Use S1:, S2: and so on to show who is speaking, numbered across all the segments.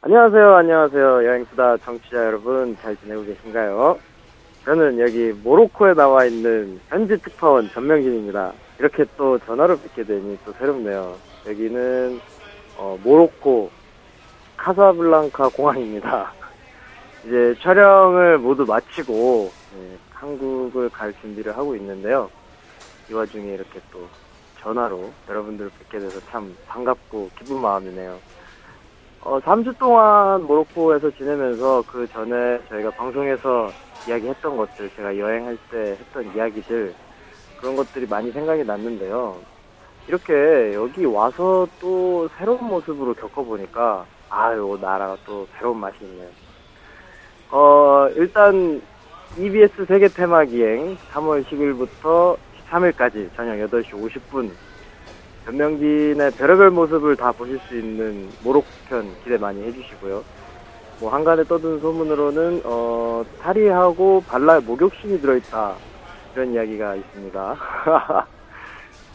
S1: 안녕하세요, 안녕하세요. 여행수다 정치자 여러분, 잘 지내고 계신가요? 저는 여기 모로코에 나와 있는 현지 특파원 전명진입니다. 이렇게 또 전화로 뵙게 되니 또 새롭네요. 여기는 어, 모로코 카사블랑카 공항입니다. 이제 촬영을 모두 마치고 예, 한국을 갈 준비를 하고 있는데요. 이 와중에 이렇게 또 전화로 여러분들을 뵙게 돼서 참 반갑고 기쁜 마음이네요. 어, 3주 동안 모로코에서 지내면서 그 전에 저희가 방송에서 이야기했던 것들, 제가 여행할 때 했던 이야기들, 그런 것들이 많이 생각이 났는데요. 이렇게 여기 와서 또 새로운 모습으로 겪어보니까, 아유, 나라가 또 새로운 맛이 있네요. 어, 일단, EBS 세계 테마 기행 3월 10일부터 13일까지 저녁 8시 50분 변명진의 별의별 모습을 다 보실 수 있는 모로코편 기대 많이 해주시고요. 뭐 한간에 떠드는 소문으로는 어, 탈의하고 발라에 목욕신이 들어있다 이런 이야기가 있습니다.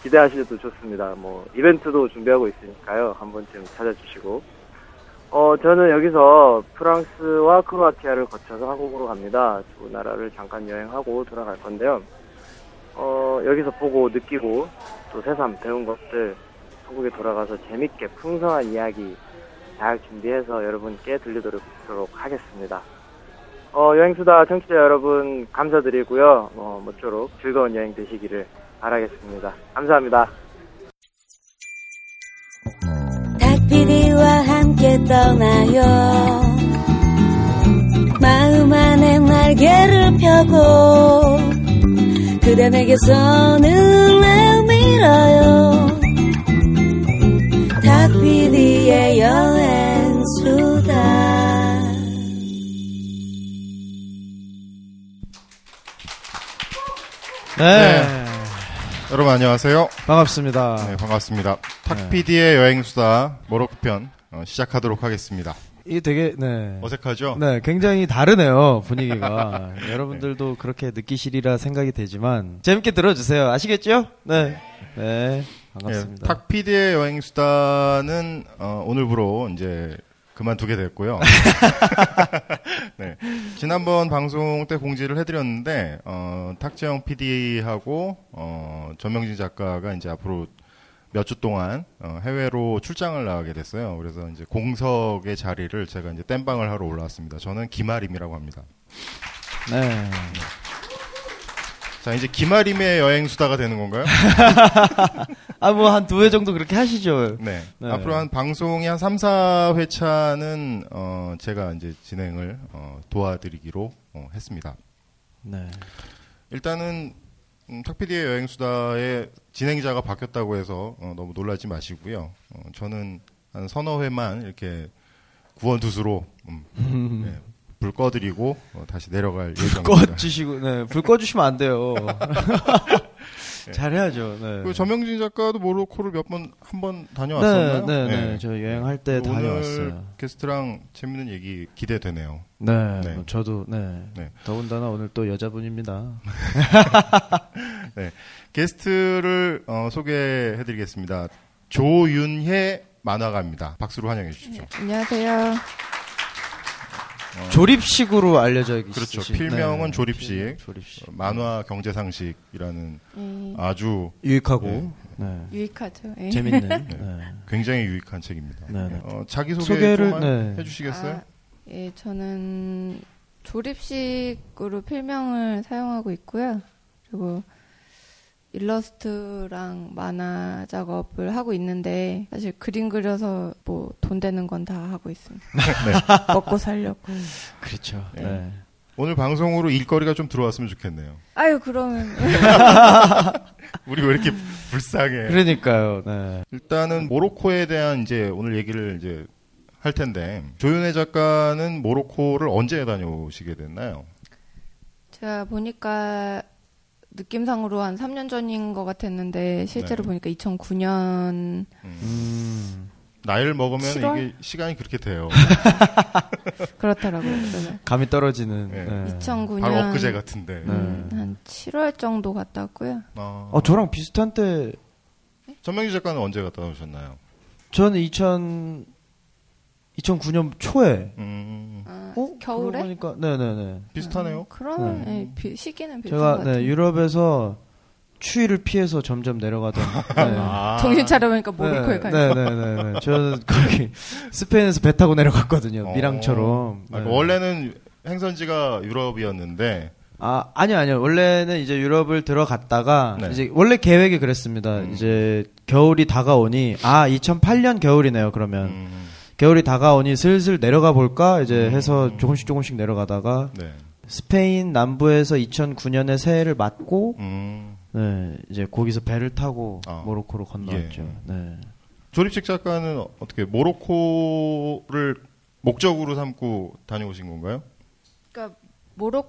S1: 기대하셔도 좋습니다. 뭐 이벤트도 준비하고 있으니까요. 한 번쯤 찾아주시고 어, 저는 여기서 프랑스와 크로아티아를 거쳐서 한국으로 갑니다. 두 나라를 잠깐 여행하고 돌아갈 건데요. 어, 여기서 보고 느끼고 또 새삼 배운 것들 한국에 돌아가서 재밌게 풍성한 이야기 잘 준비해서 여러분께 들려드리도록 하겠습니다. 어, 여행수다 청취자 여러분 감사드리고요. 어, 모쪼록 즐거운 여행 되시기를 바라겠습니다. 감사합니다.
S2: 닭피디와 함께 떠나요 마음 안에 날개를 펴고 그대 내게서 눈을 밀어요 닭피디의 여행수다
S3: 네.
S4: 네. 여러분 안녕하세요.
S3: 반갑습니다.
S4: 네, 반갑습니다. 탁피디의 여행수다 모로코편 어, 시작하도록 하겠습니다.
S3: 이게 되게 네.
S4: 어색하죠?
S3: 네, 굉장히 다르네요, 분위기가. 여러분들도 그렇게 느끼시리라 생각이 되지만 재밌게 들어 주세요. 아시겠죠? 네. 네. 반갑습니다.
S4: 예, 탁피디의 여행수다는 어, 오늘부로 이제 그만두게 됐고요. 네. 지난번 방송 때 공지를 해드렸는데 어, 탁재영 PD하고 어, 전명진 작가가 이제 앞으로 몇 주 동안 어, 해외로 출장을 나가게 됐어요. 그래서 이제 공석의 자리를 제가 이제 땜방을 하러 올라왔습니다. 저는 김아림이라고 합니다.
S3: 네.
S4: 자 이제 김아림의 여행수다가 되는 건가요?
S3: 아, 뭐 한 두 회 정도 그렇게 하시죠.
S4: 네.
S3: 네.
S4: 앞으로 한 방송이 한 3, 4회차는 어 제가 이제 진행을 어 도와드리기로 어 했습니다.
S3: 네.
S4: 일단은 음, 탁피디의 여행수다의 진행자가 바뀌었다고 해서 어, 너무 놀라지 마시고요. 어, 저는 한 서너 회만 이렇게 구원투수로 음, 네, 불 꺼드리고 어, 다시 내려갈 예정입니다.
S3: 꺼 주시고 네. 불꺼 주시면 안 돼요. 잘해야죠. 네.
S4: 그리고 전명진 작가도 모로코를 몇 번 한 번
S3: 네,
S4: 다녀왔었나요?
S3: 네, 네, 저 여행할 때
S4: 오늘
S3: 다녀왔어요.
S4: 게스트랑 재밌는 얘기 기대되네요.
S3: 네,
S4: 네.
S3: 저도 네.
S4: 네. 아.
S3: 더군다나 오늘 또 여자분입니다.
S4: 게스트를 어, 소개해드리겠습니다. 조윤혜 만화가입니다. 박수로 환영해 주십시오.
S3: 네,
S5: 안녕하세요.
S3: 조립식으로 알려져 있으신
S4: 그렇죠. 필명은
S3: 네,
S4: 조립식.
S3: 필명 조립식. 네.
S4: 어, 만화 경제상식이라는
S5: 예,
S4: 아주
S3: 유익하고 네.
S5: 유익하죠. 예.
S3: 재밌는 네.
S4: 굉장히 유익한 책입니다.
S3: 네, 네.
S4: 어, 자기 소개
S3: 소개를,
S4: 만
S3: 네.
S4: 해주시겠어요?
S5: 아, 예, 저는 조립식으로 필명을 사용하고 있고요. 그리고 일러스트랑 만화 작업을 하고 있는데 사실 그림 그려서 뭐 돈 되는 건 다 하고 있습니다.
S4: 네.
S5: 먹고 살려고.
S3: 그렇죠. 네.
S4: 오늘 방송으로 일거리가 좀 들어왔으면 좋겠네요.
S5: 아유 그러면
S4: 우리 왜 이렇게 불쌍해?
S3: 그러니까요. 네.
S4: 일단은 모로코에 대한 이제 오늘 얘기를 이제 할 텐데 조윤혜 작가는 모로코를 언제 다녀오시게 됐나요?
S5: 제가 보니까 느낌상으로 한 3년 전인 것 같았는데 실제로
S4: 네.
S5: 보니까 2009년
S3: 음,
S4: 나이를 먹으면
S5: 7월?
S4: 이게 시간이 그렇게 돼요.
S5: 그렇더라고요. 그래서
S3: 감이 떨어지는.
S4: 네.
S3: 네.
S5: 2009년
S4: 바로 엊그제 같은데.
S5: 음, 한 7월 정도 갔다 왔고요. 뭐
S4: 어,
S3: 어, 저랑 비슷한 때
S4: 전명기 작가는 언제 갔다 오셨나요?
S3: 저는 2000 2009년 초에
S4: 음,
S5: 아,
S3: 어?
S5: 겨울에?
S3: 그러니까 네네네.
S4: 비슷하네요.
S5: 그러면
S4: 네.
S5: 예, 비- 시기는 비슷한 것
S3: 제가
S5: 같아요.
S3: 네, 유럽에서 추위를 피해서 점점 내려가던. 네.
S4: 아.
S5: 정신 차려보니까 모로코에 가 있어요.
S3: 네네네. 저는 거기 스페인에서 배 타고 내려갔거든요.
S4: 어.
S3: 음. 미랑처럼.
S4: 아,
S3: 네.
S4: 원래는 행선지가 유럽이었는데
S3: 아, 아니요, 아니요. 원래는 이제 유럽을 들어갔다가,
S4: 네. 음.
S3: 이제, 원래 계획이 그랬습니다. 이제, 겨울이 다가오니, 아, 2008년 겨울이네요, 그러면.
S4: 음,
S3: 겨울이 다가오니 슬슬 내려가 볼까? 이제 해서 조금씩 조금씩 내려가다가,
S4: 네.
S3: 스페인 남부에서 2009년에 새해를 맞고,
S4: 음.
S3: 네, 이제 거기서 배를 타고
S4: 아.
S3: 모로코로 건너왔죠.
S4: 예.
S3: 네.
S4: 조립식 작가는 어떻게 모로코를 목적으로 삼고 다녀오신 건가요?
S5: 그러니까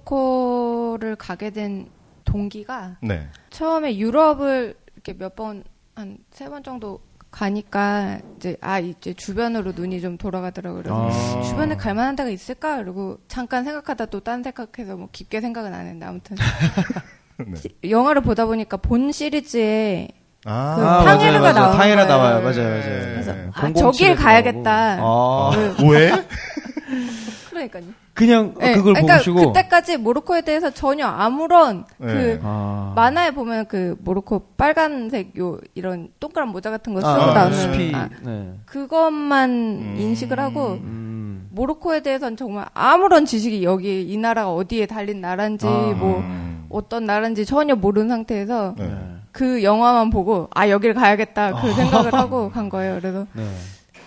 S5: 모로코를 가게 된 동기가
S4: 네.
S5: 처음에 유럽을 이렇게 몇 번 한 세 번 정도 가니까 이제 아 이제 주변으로 눈이 좀 돌아가더라고요. 그래서
S3: 아.
S5: 주변에 갈 만한 데가 있을까? 그리고 잠깐 생각하다 또 딴 생각해서 뭐 깊게 생각은 안 했는데 아무튼
S4: 네.
S5: 시- 영화를 보다 보니까 본 시리즈에
S4: 아,
S5: 그 아, 탕헤르가
S3: 맞아요, 맞아요.
S5: 나오는
S3: 탕헤르
S5: 거예요.
S3: 나와요. 맞아요, 네. 맞아요.
S4: 그래서,
S3: 007
S5: 아,
S3: 에도
S5: 저길
S3: 나오고.
S5: 가야겠다.
S3: 아.
S4: 왜?
S5: 그러니까요.
S3: 그냥
S5: 예,
S3: 그걸
S5: 그러니까
S3: 보시고.
S5: 그때까지 모로코에 대해서 전혀 아무런
S4: 예.
S5: 그
S3: 아.
S5: 만화에 보면 그 모로코 빨간색 요 이런 동그란 모자 같은 거 쓰고
S4: 아,
S5: 나오는
S3: 스피.
S5: 아,
S3: 네.
S5: 그것만
S4: 음.
S5: 인식을 하고
S3: 음.
S5: 모로코에 대해서는 정말 아무런 지식이 여기 이 나라가 어디에 달린 나라인지
S3: 아.
S5: 뭐
S4: 음.
S5: 어떤 나라인지 전혀 모르는 상태에서
S4: 네.
S5: 그 영화만 보고 아 여길 가야겠다 그 생각을 하고 간 거예요. 그래서
S3: 네.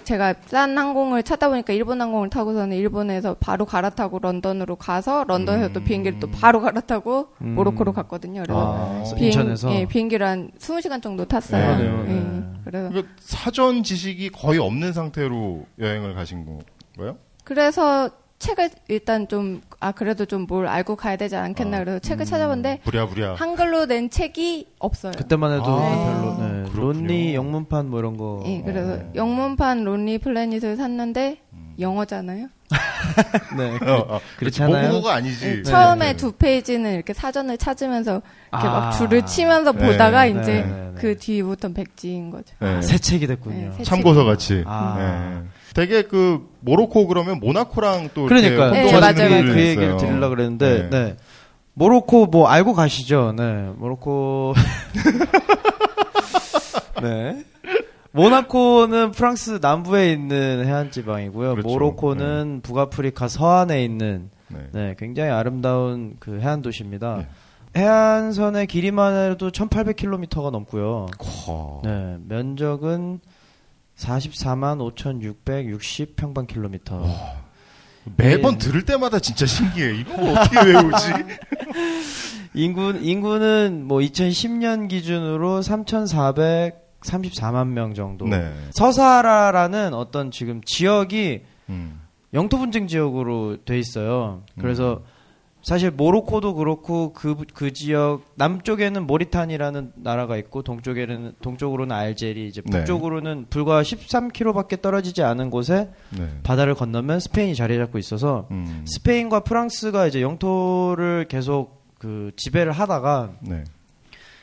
S5: 제가 싼 항공을 찾다 보니까 일본 항공을 타고서는 일본에서 바로 갈아타고 런던으로 가서 런던에서 또 비행기를 또 바로 갈아타고
S3: 음.
S5: 모로코로 갔거든요. 그래서
S3: 아,
S5: 비행,
S3: 인천에서.
S5: 예, 비행기를 한 20시간 정도 탔어요.
S4: 네,
S3: 네,
S5: 예,
S3: 네.
S5: 그래서
S4: 그러니까 사전 지식이 거의 없는 상태로 여행을 가신 건가요?
S5: 그래서 책을 일단 좀 아 그래도 좀 뭘 알고 가야 되지
S3: 아,
S5: 않겠나 그래서 책을 찾아봤는데
S4: 부랴부랴.
S5: 한글로 된 책이 없어요.
S3: 음. 그때만 해도
S4: 아,
S3: 별로. 네.
S4: 그렇군요.
S3: 론리 영문판 뭐 이런 거.
S5: 예, 그래서
S3: 어.
S5: 영문판 론리 플래닛을 샀는데 영어잖아요.
S3: 네.
S4: 어, 어.
S3: 그렇지 않아요?
S4: 모국어가 아니지. 네.
S3: 네.
S5: 예, 처음에 두 페이지는 이렇게 사전을 찾으면서 이렇게
S3: 아.
S5: 막 줄을 치면서
S4: 네,
S5: 보다가
S4: 네,
S5: 이제
S3: 네, 네.
S5: 그 뒤부터는 백지인 거죠.
S4: 네.
S3: 아, 새 책이
S5: 네,
S3: 됐군요.
S5: 새
S4: 참고서 같이.
S3: 아.
S4: 네. 되게 그 모로코 그러면 모나코랑 또
S3: 그러니까
S5: 네,
S4: 이렇게 혼동하시는
S5: 맞아요, 맞아요.
S4: 분들이
S3: 그 얘기를
S4: 있어요.
S3: 드리려고 그랬는데
S4: 네.
S3: 네. 모로코 뭐 알고 가시죠. 네. 모로코 네. 모나코는 프랑스 남부에 있는 해안 지방이고요.
S4: 그렇죠.
S3: 모로코는 북아프리카 서안에 있는
S4: 네.
S3: 네, 굉장히 아름다운 그 해안 도시입니다.
S4: 네.
S3: 해안선의 길이만 해도 1,800km가 넘고요.
S4: 커.
S3: 네, 면적은 44만 5,660 평방킬로미터.
S4: 매번
S3: 예.
S4: 들을 때마다 진짜 신기해. 이거 뭐 어떻게 외우지?
S3: 인구 인구는 뭐 2010년 기준으로 3,434만 명 정도.
S4: 네.
S3: 서사라라는 어떤 지금 지역이
S4: 음.
S3: 영토 분쟁 지역으로 돼 있어요. 그래서 사실 모로코도 그렇고 그 그 지역 남쪽에는 모리탄이라는 나라가 있고 동쪽에는 동쪽으로는 알제리 이제
S4: 네.
S3: 북쪽으로는 불과 13km밖에 떨어지지 않은 곳에
S4: 네.
S3: 바다를 건너면 스페인이 자리 잡고 있어서
S4: 음.
S3: 스페인과 프랑스가 이제 영토를 계속 그 지배를 하다가
S4: 네.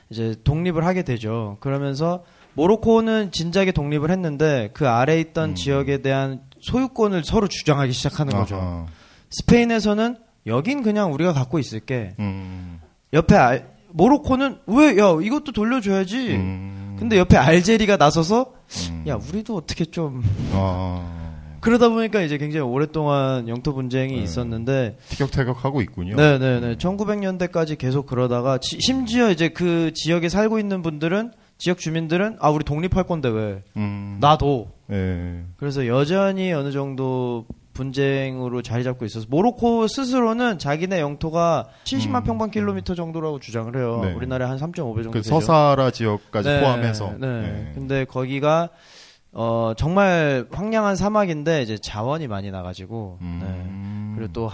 S3: 이제 독립을 하게 되죠. 그러면서 모로코는 진작에 독립을 했는데 그 아래 있던
S4: 음.
S3: 지역에 대한 소유권을 서로 주장하기 시작하는 거죠.
S4: 아하.
S3: 스페인에서는 여긴 그냥 우리가 갖고 있을게.
S4: 음.
S3: 옆에 알- 모로코는 왜 야 이것도 돌려줘야지.
S4: 음.
S3: 근데 옆에 알제리가 나서서
S4: 음.
S3: 야 우리도 어떻게 좀
S4: 아.
S3: 그러다 보니까 이제 굉장히 오랫동안 영토 분쟁이
S4: 네.
S3: 있었는데
S4: 티격태격하고 있군요. 음.
S3: 네네네. 1900년대까지 계속 그러다가 지- 심지어 이제 그 지역에 살고 있는 분들은 지역 주민들은 아 우리 독립할 건데 왜
S4: 음.
S3: 나도
S4: 네.
S3: 그래서 여전히 어느 정도 분쟁으로 자리 잡고 있어서 모로코 스스로는 자기네 영토가 70만
S4: 음.
S3: 평방 킬로미터 정도라고 주장을 해요.
S4: 네.
S3: 우리나라에 한 3.5배 정도
S4: 그
S3: 되죠.
S4: 서사라 지역까지
S3: 네,
S4: 포함해서.
S3: 네.
S4: 네.
S3: 근데 거기가 어 정말 황량한 사막인데 이제 자원이 많이 나가지고 네.
S4: 음.
S3: 그리고 또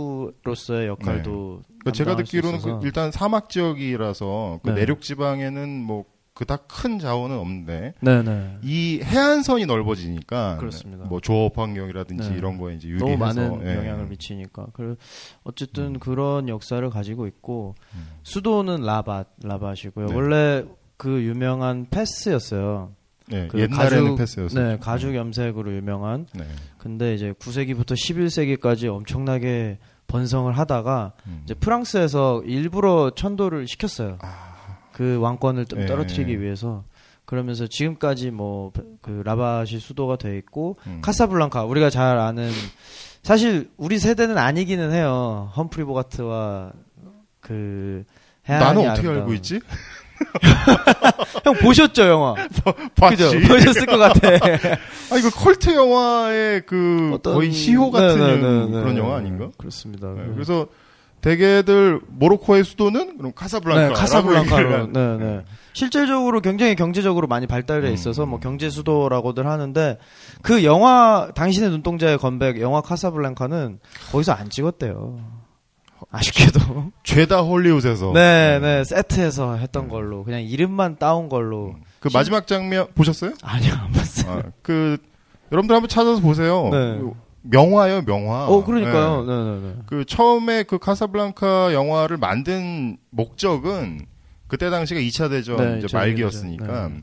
S3: 항구로서의 역할도
S4: 그러니까 제가
S3: 감당할 수
S4: 듣기로는 그
S3: 있어서.
S4: 일단 사막 지역이라서 그
S3: 네.
S4: 내륙 지방에는 뭐 그닥 큰 자원은 없는데
S3: 네네.
S4: 이 해안선이 넓어지니까
S3: 그렇습니다.
S4: 뭐 조업 환경이라든지
S3: 네.
S4: 이런 거에 이제 유리해서
S3: 너무 많은
S4: 예. 음.
S3: 영향을 미치니까. 그 어쨌든 그런 역사를 가지고 있고 수도는 라밭 라밭이고요.
S4: 네.
S3: 원래 그 유명한 패스였어요.
S4: 네,
S3: 그
S4: 옛날에는
S3: 가죽-
S4: 패스였어요.
S3: 네, 가죽 염색으로 유명한.
S4: 네.
S3: 근데 이제 9세기부터 11세기까지 엄청나게 번성을 하다가
S4: 음.
S3: 이제 프랑스에서 일부러 천도를 시켰어요. 그 왕권을 좀
S4: 아. 예.
S3: 떨어뜨리기 위해서. 그러면서 지금까지 뭐 그 라바시 수도가 돼 있고
S4: 음.
S3: 카사블랑카 우리가 잘 아는 사실 우리 세대는 아니기는 해요. 험프리 보가트와 그 해안이
S4: 나는 어떻게
S3: 아름다운.
S4: 알고 있지?
S3: 형 보셨죠 영화?
S4: 봤지.
S3: 그죠? 보셨을 것 같아.
S4: 아 이거 컬트 영화의 그
S3: 어떤-
S4: 거의 시호 같은
S3: 네, 네, 네, 네.
S4: 그런 영화 아닌가?
S3: 그렇습니다.
S4: 네,
S3: 네.
S4: 그래서 대개들 모로코의 수도는 그럼 카사블랑카.
S3: 네, 카사블랑카로. 네, 네. 실질적으로 굉장히 경제적으로 많이
S4: 음.
S3: 발달돼 있어서 뭐 경제 수도라고들 하는데 그 영화 당신의 눈동자의 건백 영화 카사블랑카는 거기서 안 찍었대요. 아쉽게도.
S4: 죄다 헐리우드에서.
S3: 네, 네. 세트에서 했던 걸로 그냥 이름만 따온 걸로.
S4: 그 마지막 장면 보셨어요?
S3: 아니요, 안 봤어요.
S4: 아, 그 여러분들 한번 찾아서 보세요.
S3: 네.
S4: 그 명화예요, 명화.
S3: 어, 그러니까요.
S4: 네.
S3: 네, 네, 네.
S4: 그 처음에 그 카사블랑카 영화를 만든 목적은 그때 당시가 2차 대전
S3: 네,
S4: 이제
S3: 2차
S4: 말기였으니까
S3: 대전. 네.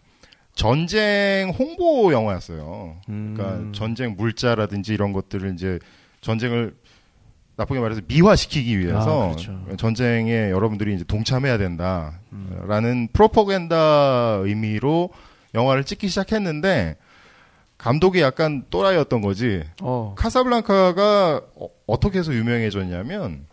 S4: 전쟁 홍보 영화였어요.
S3: 음.
S4: 그러니까 전쟁 물자라든지 이런 것들을 이제 전쟁을 나쁘게 말해서 미화시키기 위해서
S3: 아, 그렇죠.
S4: 전쟁에 여러분들이 이제 동참해야 된다라는
S3: 음.
S4: 프로포간다 의미로 영화를 찍기 시작했는데 감독이 약간 또라이였던 거지.
S3: 어.
S4: 카사블랑카가 어- 어떻게 해서 유명해졌냐면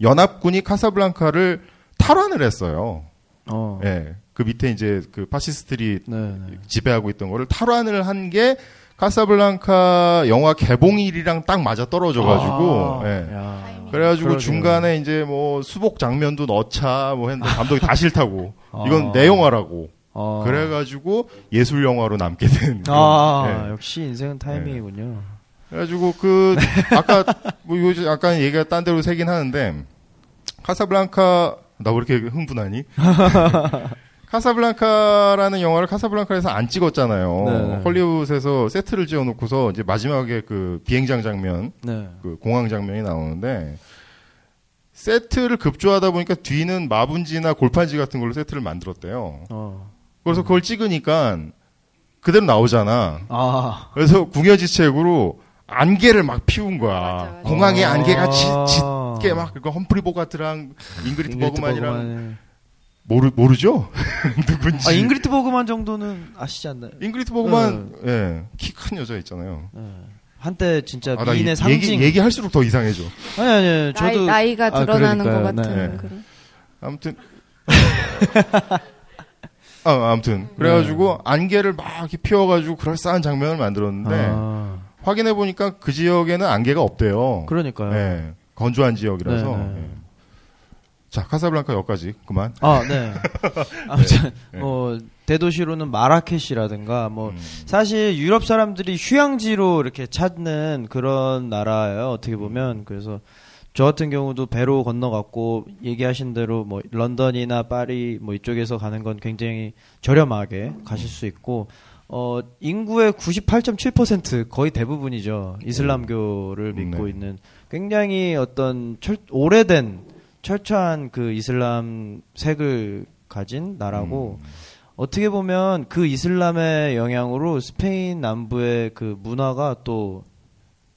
S4: 연합군이 카사블랑카를 탈환을 했어요.
S3: 어.
S4: 예. 그 밑에 이제 그 파시스트들이
S3: 네, 네.
S4: 지배하고 있던 거를 탈환을 한 게 카사블랑카 영화 개봉일이랑 딱 맞아 떨어져 가지고
S3: 아,
S4: 예.
S3: 야.
S4: 그래가지고
S3: 그러게요.
S4: 중간에 이제 뭐 수복 장면도 넣자 뭐 했는데 감독이 다 싫다고
S3: 아.
S4: 이건 내 영화라고
S3: 어.
S4: 그래가지고 예술 영화로 남게 된 그런,
S3: 아,
S4: 예.
S3: 역시 인생은 타이밍이군요.
S4: 그래가지고 그 아까 뭐 요즘 약간 얘기가 딴 데로 새긴 하는데 카사블랑카 나 왜 이렇게 흥분하니? 카사블랑카라는 영화를 카사블랑카에서 안 찍었잖아요.
S3: 네네.
S4: 헐리우드에서 세트를 지어놓고서 이제 마지막에 그 비행장 장면,
S3: 네.
S4: 그 공항 장면이 나오는데 세트를 급조하다 보니까 뒤는 마분지나 골판지 같은 걸로 세트를 만들었대요.
S3: 어.
S4: 그래서 그걸 찍으니까 그대로 나오잖아.
S3: 아.
S4: 그래서 궁여지책으로 안개를 막 피운 거야.
S5: 맞아, 맞아.
S4: 공항에
S3: 아.
S4: 안개가 짙, 짙게 막 그거 험프리 보가트랑 잉그리트
S3: 잉그리트
S4: 버그만이랑
S3: 버그만의-
S4: 모르 모르죠? 누군지.
S3: 아 잉그리트 버그만 정도는 아시지 않나요?
S4: 잉그리트 버그만 예. 키 큰 여자 있잖아요.
S3: 한때 진짜
S4: 네. 아, 나
S3: 미인의
S4: 이-
S3: 상징.
S4: 얘기 얘기할수록 더 이상해져.
S3: 아니 아니, 아니 저도
S5: 나이, 가
S3: 아,
S5: 드러나는
S3: 그러니까요.
S5: 것 같은
S4: 네.
S5: 그런.
S4: 아무튼 아,
S3: 네.
S4: 아무튼 그래가지고 안개를 막 이렇게 피워가지고 그럴싸한 장면을 만들었는데
S3: 아,
S4: 확인해 보니까 그 지역에는 안개가 없대요.
S3: 그러니까요.
S4: 예, 건조한 지역이라서.
S3: 네, 네.
S4: 예. 자, 카사블랑카 여기까지 그만.
S3: 아 네. 아무튼
S4: 네.
S3: 뭐 대도시로는 마라케시라든가 뭐
S4: 음.
S3: 사실 유럽 사람들이 휴양지로 이렇게 찾는 그런 나라예요. 어떻게
S4: 음.
S3: 보면 그래서 저 같은 경우도 배로 건너갔고 얘기하신 대로 뭐 런던이나 파리 뭐 이쪽에서 가는 건 굉장히 저렴하게
S4: 음.
S3: 가실 수 있고 어 인구의 98.7% 거의 대부분이죠 이슬람교를 믿고
S4: 음. 네.
S3: 있는 굉장히 어떤 철, 오래된 철저한 그 이슬람 색을 가진 나라고 어떻게 보면 그 이슬람의 영향으로 스페인 남부의 그 문화가 또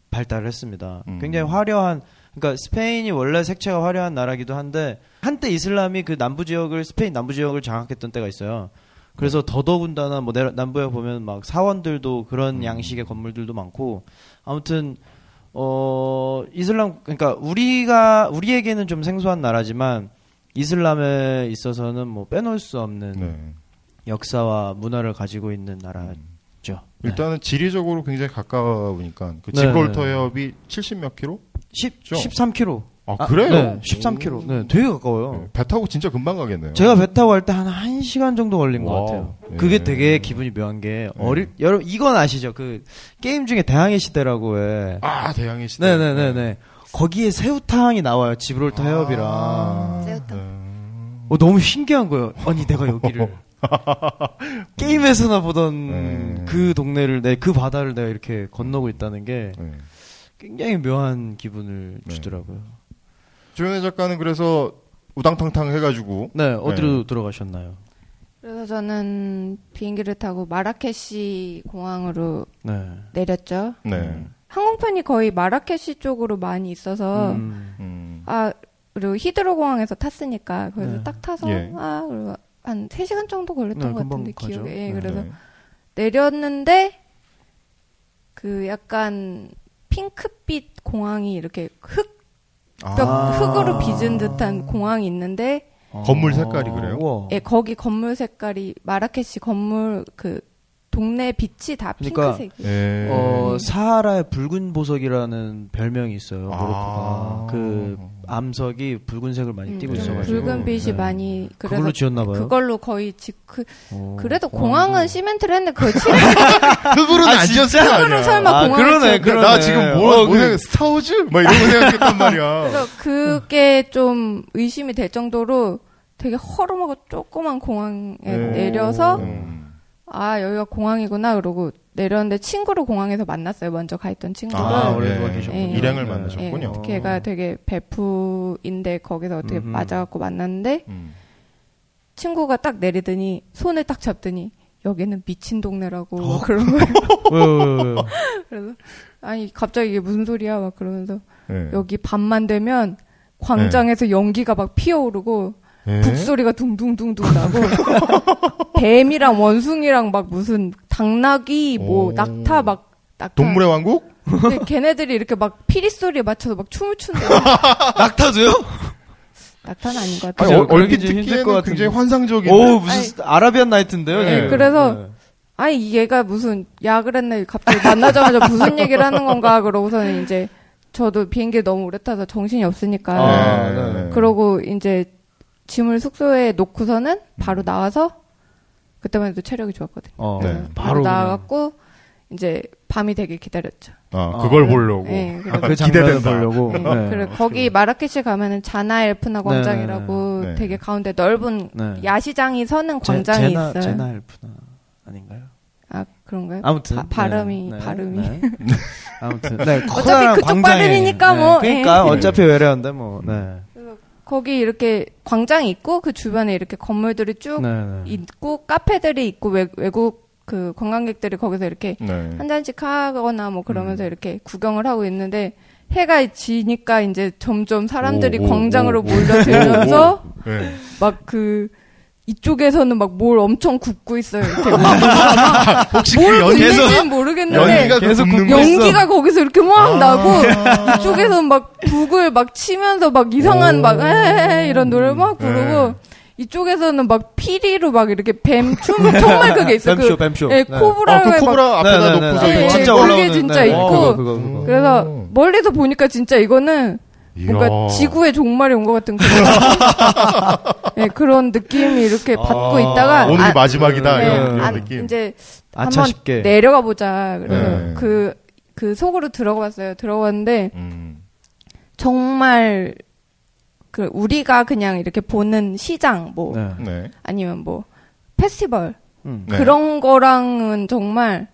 S3: 발달했습니다.
S4: 음.
S3: 굉장히 화려한 그러니까 스페인이 원래 색채가 화려한 나라기도 한데 한때 이슬람이 그 남부 지역을 스페인 남부 지역을 장악했던 때가 있어요. 그래서 더더군다나 뭐 내라- 남부에 보면 막 사원들도 그런 양식의 건물들도 많고 아무튼 어 이슬람 그러니까 우리가 우리에게는 좀 생소한 나라지만 이슬람에 있어서는 뭐 빼놓을 수 없는
S4: 네.
S3: 역사와 문화를 가지고 있는 나라죠.
S4: 음. 일단은 지리적으로 굉장히 가까우니까 그
S3: 네,
S4: 지브롤터
S3: 네.
S4: 해협이 70몇 킬로?
S3: 10,
S4: 죠.
S3: 13km.
S4: 아, 그래요?
S3: 네, 13km. 네, 되게 가까워요.
S4: 네, 배 타고 진짜 금방 가겠네요.
S3: 제가 배 타고 갈 때 한 1시간 정도 걸린 것
S4: 와우. 네.
S3: 같아요.
S4: 예.
S3: 그게 되게 기분이 묘한 게 어릴 여러분 이건 아시죠? 그 게임 중에 대항해 시대라고 해.
S4: 아, 대양의 시대.
S3: 네, 네, 네, 네. 거기에 새우탕이 나와요.
S4: 아.
S3: 지브롤터 해협이랑. 어, 너무 신기한 거예요. 아니, 내가 여기를. 게임에서나 보던
S4: 네.
S3: 그 동네를, 내, 그 바다를 내가 이렇게 건너고 있다는 게
S4: 네.
S3: 굉장히 묘한 기분을
S4: 네.
S3: 주더라고요.
S4: 조현애 작가는 그래서 우당탕탕 해가지고 네.
S3: 네, 어디로 들어가셨나요?
S5: 그래서 저는 비행기를 타고 마라케시 공항으로
S3: 네.
S5: 내렸죠.
S4: 네.
S5: 아, 항공편이 거의 마라케시 쪽으로 많이 있어서
S3: 음.
S4: 음.
S5: 아 그리고 히드로 공항에서 탔으니까 거기서
S3: 네.
S5: 딱 타서
S4: 예.
S5: 아 그리고 한 3시간 정도 걸렸던
S3: 네,
S5: 것
S3: 금방
S5: 같은데
S3: 가죠.
S5: 기억에. 예,
S3: 네.
S5: 그래서
S4: 네.
S5: 내렸는데 그 약간 핑크빛 공항이 이렇게 흙 벽,
S3: 아.
S5: 흙으로 빚은 듯한 공항이 있는데
S4: 어. 건물 색깔이 그래요?
S3: 어, 우와.
S5: 예, 거기 건물 색깔이 마라케시 건물 그 동네 빛이 다
S3: 그러니까
S5: 핑크색이에요.
S4: 예.
S3: 어, 사하라의 붉은 보석이라는 별명이 있어요.
S4: 아.
S3: 모로코가 그 암석이 붉은색을 많이
S5: 음,
S3: 띠고
S5: 좀
S3: 있어가지고
S5: 붉은 빛이
S3: 네.
S5: 많이 그래서
S3: 그걸로 지었나 봐요.
S5: 그걸로 거의 지, 그,
S3: 어.
S5: 그래도
S3: 와,
S5: 공항은
S3: 이거-
S5: 시멘트를 했는데 그걸 칠했을
S4: 흙으로는
S3: 아,
S4: 안
S3: 진짜?
S4: 지었을 거 아니야.
S5: 흙으로 설마-
S3: 아,
S5: 공항을
S3: 그러네,
S5: 지었-
S3: 그러네.
S4: 나 지금
S3: 어,
S4: 뭐라고
S3: 그-
S4: 생각 스타워즈? 막 이런 거 생각했단 말이야.
S5: 그래서 그게 좀 의심이 될 정도로 되게 허름하고 조그만 공항에
S3: 네.
S4: 음.
S5: 내려서
S4: 음.
S5: 아 여기가 공항이구나 그러고 내렸는데 친구를 공항에서 만났어요 먼저 가 있던 친구를
S3: 아,
S4: 아,
S3: 원래
S4: 예.
S3: 누가 계셨군요.
S5: 예.
S4: 일행을
S3: 예.
S5: 예,
S4: 만나셨군요.
S3: 예.
S5: 걔가 되게 베프인데 거기서 어떻게
S3: 음.
S5: 맞아갖고 만났는데
S4: 음.
S5: 친구가 딱 내리더니 손을 딱 잡더니 여기는 미친 동네라고
S4: 어?
S5: 막 그런 거예요
S3: 왜, 왜, 왜, 왜.
S5: 그래서 아니 갑자기 이게 무슨 소리야 막 그러면서
S4: 예.
S5: 여기 밤만 되면 광장에서
S4: 네.
S5: 연기가 막 피어오르고
S3: 네.
S4: 예.
S5: 북소리가 둥둥둥둥 나고 뱀이랑 원숭이랑 막 무슨 당나귀 뭐
S4: 오.
S5: 낙타 막 낙타
S4: 동물의 왕국?
S5: 근데 걔네들이 이렇게 막 피리 소리에 맞춰서 막 춤을 추는데
S3: 낙타도요?
S5: 낙타는 아닌 것
S4: 아니,
S5: 같아요.
S3: 그죠,
S4: 얼- 얼핏
S3: 그러긴 좀 힘들
S4: 듣기에는
S3: 것 같은데.
S4: 굉장히 환상적인. 네.
S3: 오 무슨 아라비안 나이트인데요.
S4: 예,
S3: 지금.
S5: 그래서
S3: 네.
S5: 아니 얘가 무슨 약을 했나 갑자기 만나자마자 무슨 얘기를 하는 건가 그러고서는 이제 저도 비행기 너무 오래 타서 정신이 없으니까
S3: 아,
S4: 예.
S3: 네.
S5: 그러고 이제 짐을 숙소에 놓고서는 바로 나와서 그때만 해도 체력이 좋았거든요.
S3: 어,
S4: 네.
S3: 바로 그냥.
S5: 나와갖고 이제 밤이 되길 기다렸죠.
S4: 아,
S3: 아,
S4: 그걸
S3: 그래?
S4: 보려고.
S5: 예, 그래서
S3: 그 장면을
S4: 기대된다.
S3: 보려고. 네.
S5: 그래 거기 마라케시 가면은 자나 엘프나 광장이라고
S4: 네, 네, 네.
S5: 되게 가운데 넓은
S3: 네.
S5: 야시장이 서는
S3: 제-
S5: 광장이
S3: 제나,
S5: 있어요.
S3: 제나 엘프나 아닌가요?
S5: 아 그런가요?
S3: 아무튼 네.
S5: 바- 발음이, 발음이. 네.
S3: 아무튼 네,
S5: 어차피 그쪽 발음이니까 뭐,
S3: 그러니까
S5: 예.
S3: 어차피 외래한데 뭐. 네.
S5: 거기 이렇게 광장이 있고 그 주변에 이렇게 건물들이 쭉
S3: 네, 네.
S5: 있고 카페들이 있고 외, 외국 그 관광객들이 거기서 이렇게
S4: 네. 음.
S5: 한 잔씩 하거나 뭐 그러면서 이렇게 구경을 하고 있는데 해가 지니까 이제 점점 사람들이
S4: 오, 오,
S5: 광장으로
S4: 오, 오.
S5: 몰려들면서
S4: 예.
S5: 막 그 이쪽에서는 막 뭘 엄청 굽고 있어요. 이렇게 막
S4: 혹시
S5: 뭘
S4: 그 연기,
S5: 굽는지는
S3: 네,
S5: 모르겠는데
S4: 연기가 계속 굽는 거
S5: 연기가 거기서 이렇게 막
S4: 아.
S5: 나고 이쪽에서는 막 북을 막 치면서 막 이상한
S4: 오.
S5: 막 에헤헤 이런 노래를 막
S4: 네.
S5: 부르고 이쪽에서는 막 피리로 막 이렇게 뱀 춤 정말 그게 있어요.
S3: 뱀쇼,
S5: 그
S3: 뱀쇼.
S5: 예,
S3: 네.
S5: 코브라를
S4: 아, 그
S5: 막-
S4: 코브라 앞에다
S3: 네, 네,
S4: 놓고서 음.
S5: 네,
S3: 네.
S5: 그
S4: 진짜
S5: 네,
S4: 올라.
S5: 그게 진짜
S3: 네.
S5: 있고.
S3: 그거, 그거, 그거.
S5: 그래서 멀리서 보니까 진짜 이거는 뭔가 지구의 종말이 온 것 같은 그런, 예, 그런 느낌이 이렇게 받고
S3: 아,
S5: 있다가
S4: 오늘이
S5: 아,
S4: 마지막이다
S3: 네,
S4: 이런, 이런
S5: 안-
S4: 느낌.
S5: 이제
S3: 아차
S5: 한번
S3: 싶게.
S5: 내려가 보자. 그래서
S4: 네.
S5: 그, 그 속으로 들어가봤어요. 들어갔는데
S4: 음.
S5: 정말 그 우리가 그냥 이렇게 보는 시장 뭐
S3: 네.
S4: 네.
S5: 아니면 뭐 페스티벌
S3: 음.
S4: 네.
S5: 그런 거랑은 정말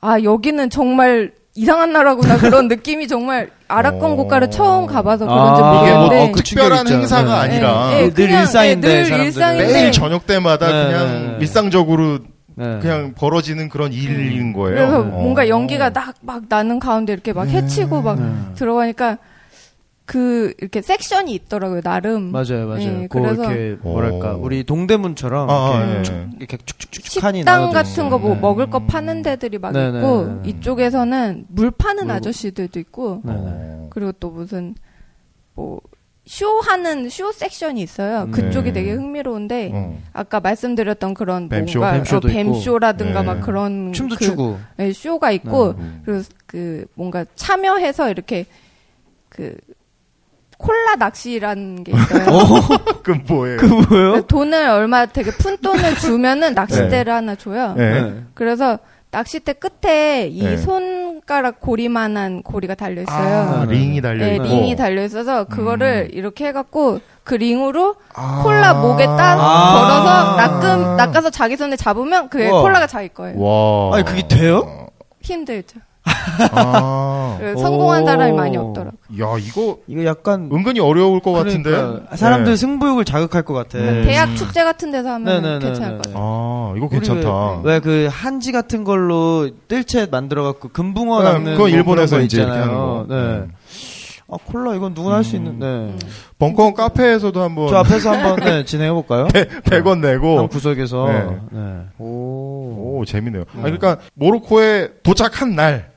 S5: 아 여기는 정말 이상한 나라구나 그런 느낌이 정말 아랍권
S4: 어.
S5: 국가를 처음 가봐서 그런지
S3: 아,
S4: 이게 뭐
S5: 모르겠는데
S3: 그
S4: 특별한
S3: 충격이 있죠.
S4: 행사가
S3: 네.
S4: 아니라
S5: 예, 예,
S3: 늘
S5: 그냥,
S3: 일상인데
S5: 예, 늘
S3: 사람들은.
S5: 일상인데
S4: 매일 저녁 때마다
S3: 네,
S4: 그냥
S3: 네, 네.
S4: 일상적으로
S3: 네. 음.
S4: 그냥 벌어지는 그런 일인 거예요.
S5: 그래서
S4: 어.
S5: 뭔가 연기가 막, 막 나는 가운데 이렇게 막 해치고 막
S3: 네.
S5: 들어가니까 그 이렇게 섹션이 있더라고요 나름
S3: 맞아요, 맞아요.
S5: 예,
S3: 그
S5: 그래서
S3: 이렇게 뭐랄까
S4: 오.
S3: 우리 동대문처럼
S4: 아,
S3: 이렇게,
S4: 예.
S3: 쭉- 이렇게 쭉쭉쭉 칸이
S5: 식당
S3: 나눠져
S5: 같은 거 뭐
S3: 있어요.
S5: 먹을 거 파는 데들이 막
S3: 네, 네,
S5: 있고
S3: 네, 네.
S5: 이쪽에서는 물 파는
S3: 물-
S5: 아저씨들도 있고
S3: 네. 네.
S4: 어.
S5: 그리고 또 무슨 뭐 쇼하는 쇼 섹션이 있어요.
S3: 네.
S5: 그쪽이 되게 흥미로운데
S4: 어.
S5: 아까 말씀드렸던 그런
S4: 뱀쇼?
S5: 뭔가 어,
S3: 뱀쇼도 있고.
S5: 뱀쇼라든가
S4: 네.
S5: 막 그런
S3: 춤도
S5: 그-
S3: 추고. 네.
S5: 예, 쇼가 있고
S4: 음.
S5: 그리고 그 뭔가 참여해서 이렇게 그 콜라 낚시라는 게 있어요.
S4: 그 뭐예요?
S3: 뭐예요? 네.
S5: 돈을 얼마 되게 푼 돈을 주면은 낚싯대를 하나 줘요.
S4: 네.
S5: 그래서 낚싯대 끝에 이
S4: 네.
S5: 손가락 고리만한 고리가 달려
S4: 아,
S5: 있어요.
S4: 링이 달려
S5: 네,
S4: 있고 음.
S5: 링이 달려 있어서 그거를 이렇게 해갖고 그 링으로
S4: 아.
S5: 콜라 목에 딱
S3: 아.
S5: 걸어서 낚음 낚아서 자기 손에 잡으면 그게
S3: 우와.
S5: 콜라가 자기 거예요.
S4: 와.
S3: 아니, 그게 돼요?
S5: 힘들죠.
S4: 아,
S5: 그 성공한
S3: 오.
S5: 사람이 많이 없더라고.
S4: 야 이거
S3: 이거 약간
S4: 은근히 어려울 것 같은데.
S3: 그러니까 사람들
S4: 네.
S3: 승부욕을 자극할 것 같아.
S4: 네.
S5: 대학 축제 같은 데서 하면
S3: 네네네네.
S5: 괜찮을 것 같아요.
S4: 아 이거 괜찮다.
S3: 왜 그 한지 같은 걸로 뜰채 만들어 갖고 금붕어
S4: 네,
S3: 낚는
S4: 그거
S3: 뭐
S4: 일본에서
S3: 그런 거
S4: 이제 이렇게 하는
S3: 있잖아요.
S4: 거.
S3: 네.
S4: 음.
S3: 아 콜라 이건 누구나 할 수
S4: 음.
S3: 있는데
S4: 벙커원 카페에서도 한번
S3: 저 앞에서 한번 네, 진행해 볼까요?
S4: 100원
S3: 한
S4: 내고.
S3: 구석에서
S4: 어. 네.
S3: 네. 오.
S4: 오 재밌네요. 아 그러니까 모로코에 도착한 날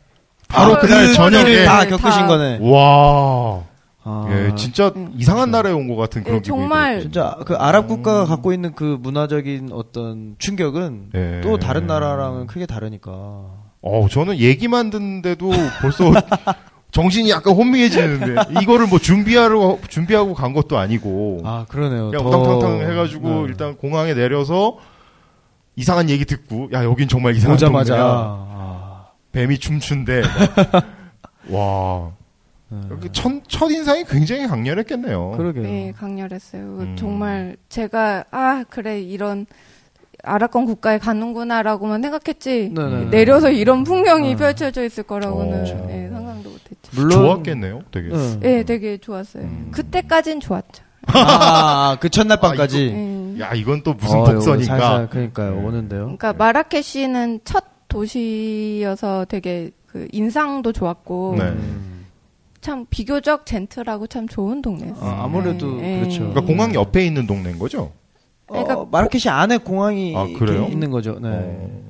S4: 바로
S5: 아,
S4: 그날
S5: 그
S4: 저녁에
S5: 저녁에.
S3: 다 겪으신 거네.
S4: 와.
S3: 아, 그렇죠. 네,
S4: 예, 진짜 이상한 나라에 온 것 같은 그런
S5: 예,
S4: 기분이
S5: 정말
S4: 들었어요.
S3: 진짜 그 아랍 국가가 갖고 있는 그 문화적인 어떤 충격은
S4: 예.
S3: 또 다른 나라랑은 크게 다르니까.
S4: 어, 저는 얘기만 듣는데도 벌써 정신이 약간 혼미해지는데 이거를 뭐 준비하러 준비하고 간 것도 아니고
S3: 아 그러네요.
S4: 그냥
S3: 더-
S4: 우당탕탕 해가지고
S3: 네.
S4: 일단 공항에 내려서 이상한 얘기 듣고 야 여긴 정말 이상한
S3: 오자마자
S4: 동네야.
S3: 아,
S4: 뱀이 춤춘대. 막. 와. 이렇게 첫, 첫 인상이 굉장히 강렬했겠네요.
S3: 네. 그러게요.
S5: 네, 강렬했어요.
S4: 음.
S5: 정말 제가 아 그래 이런 아랍권 국가에 가는구나라고만 생각했지
S3: 네네.
S5: 내려서 이런 풍경이
S3: 음.
S5: 펼쳐져 있을 거라고는
S4: 어.
S5: 예, 상상도 못했죠.
S3: 물론
S4: 좋았겠네요, 되게.
S3: 네.
S5: 예, 되게 좋았어요.
S4: 음.
S5: 그때까진 좋았죠.
S3: 아, 그 첫날 밤까지.
S5: 예.
S4: 야 이건 또 무슨
S3: 어,
S4: 복선인가.
S3: 요거 살살 그러니까요.
S4: 네.
S3: 오는데요.
S5: 그러니까 마라케시는 첫 도시여서 되게 그 인상도 좋았고
S4: 네.
S3: 음.
S5: 참 비교적 젠틀하고 참 좋은 동네였어요.
S3: 아, 무래도
S5: 네.
S3: 그렇죠.
S4: 그러니까 공항 옆에 있는 동네인 거죠.
S5: 그러니까
S3: 어, 마라케시 안에 공항이
S4: 아, 그래요?
S3: 있는 거죠. 네.
S4: 어.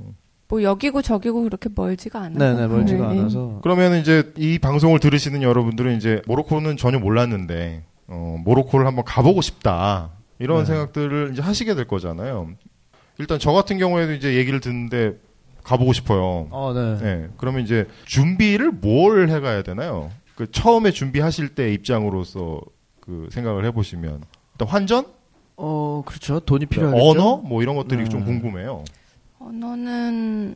S5: 뭐 여기고 저기고 그렇게 멀지가 않아요.
S3: 네, 네, 멀지가
S5: 예.
S3: 않아서.
S4: 그러면 이제 이 방송을 들으시는 여러분들은 이제 모로코는 전혀 몰랐는데 어, 모로코를 한번 가보고 싶다 이런
S3: 네.
S4: 생각들을 이제 하시게 될 거잖아요. 일단 저 같은 경우에도 이제 얘기를 듣는데 가보고 싶어요.
S3: 어, 네.
S4: 네, 그러면 이제 준비를 뭘 해가야 되나요? 그 처음에 준비하실 때 입장으로서 그 생각을 해보시면 일단 환전,
S3: 어, 그렇죠. 돈이 필요하죠.
S4: 언어 뭐 이런 것들이
S3: 네.
S4: 좀 궁금해요.
S5: 언어는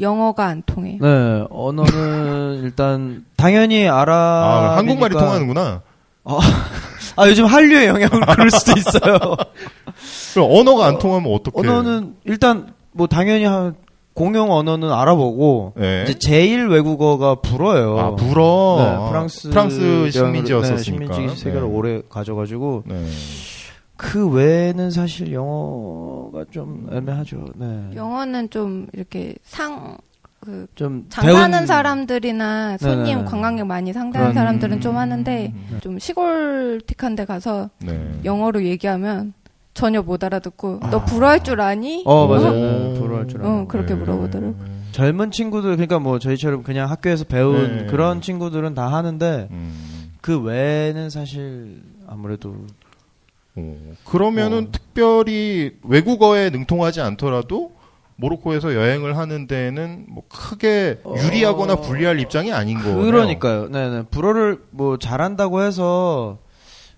S5: 영어가 안 통해요.
S3: 네, 언어는 일단 당연히 알아. 그러니까
S4: 아, 한국말이 통하는구나.
S3: 아, 요즘 한류의 영향을 그럴 수도 있어요.
S4: 그럼 언어가 안 통하면 어떻게?
S3: 언어는 일단 뭐 당연히 한 공용 언어는 알아보고
S4: 네.
S3: 이제 제일 외국어가 불어요.
S4: 아 불어
S3: 네, 프랑스
S4: 프랑스
S3: 네,
S4: 식민지였었으니까
S3: 식민지 세계를 오래 가져가지고
S4: 네.
S3: 그 외에는 사실 영어가 좀 애매하죠. 네.
S5: 영어는 좀 이렇게 상, 그,
S3: 좀
S5: 장사하는
S3: 배운-
S5: 사람들이나 손님,
S3: 네네.
S5: 관광객 많이
S3: 그런- 음,
S5: 상대하는 사람들은 좀 하는데, 좀 시골틱한 데 가서
S4: 네.
S5: 영어로 얘기하면 전혀 못 알아듣고, 너 불어할 줄 아니?
S3: 어 맞아요.
S4: 오.
S3: 네, 불어할 줄 알아요.
S5: 응, 그렇게
S4: 네.
S5: 물어보더라고.
S3: 젊은 친구들 그러니까 뭐 저희처럼 그냥 학교에서 배운
S4: 네.
S3: 그런 친구들은 다 하는데
S4: 음.
S3: 그 외에는 사실 아무래도
S4: 오. 음. 그러면은
S3: 어.
S4: 특별히 외국어에 능통하지 않더라도 모로코에서 여행을 하는 데에는 뭐 크게 유리하거나 불리할 입장이 아닌 거예요.
S3: 어. 그러니까요. 네네. 불어를 뭐 잘한다고 해서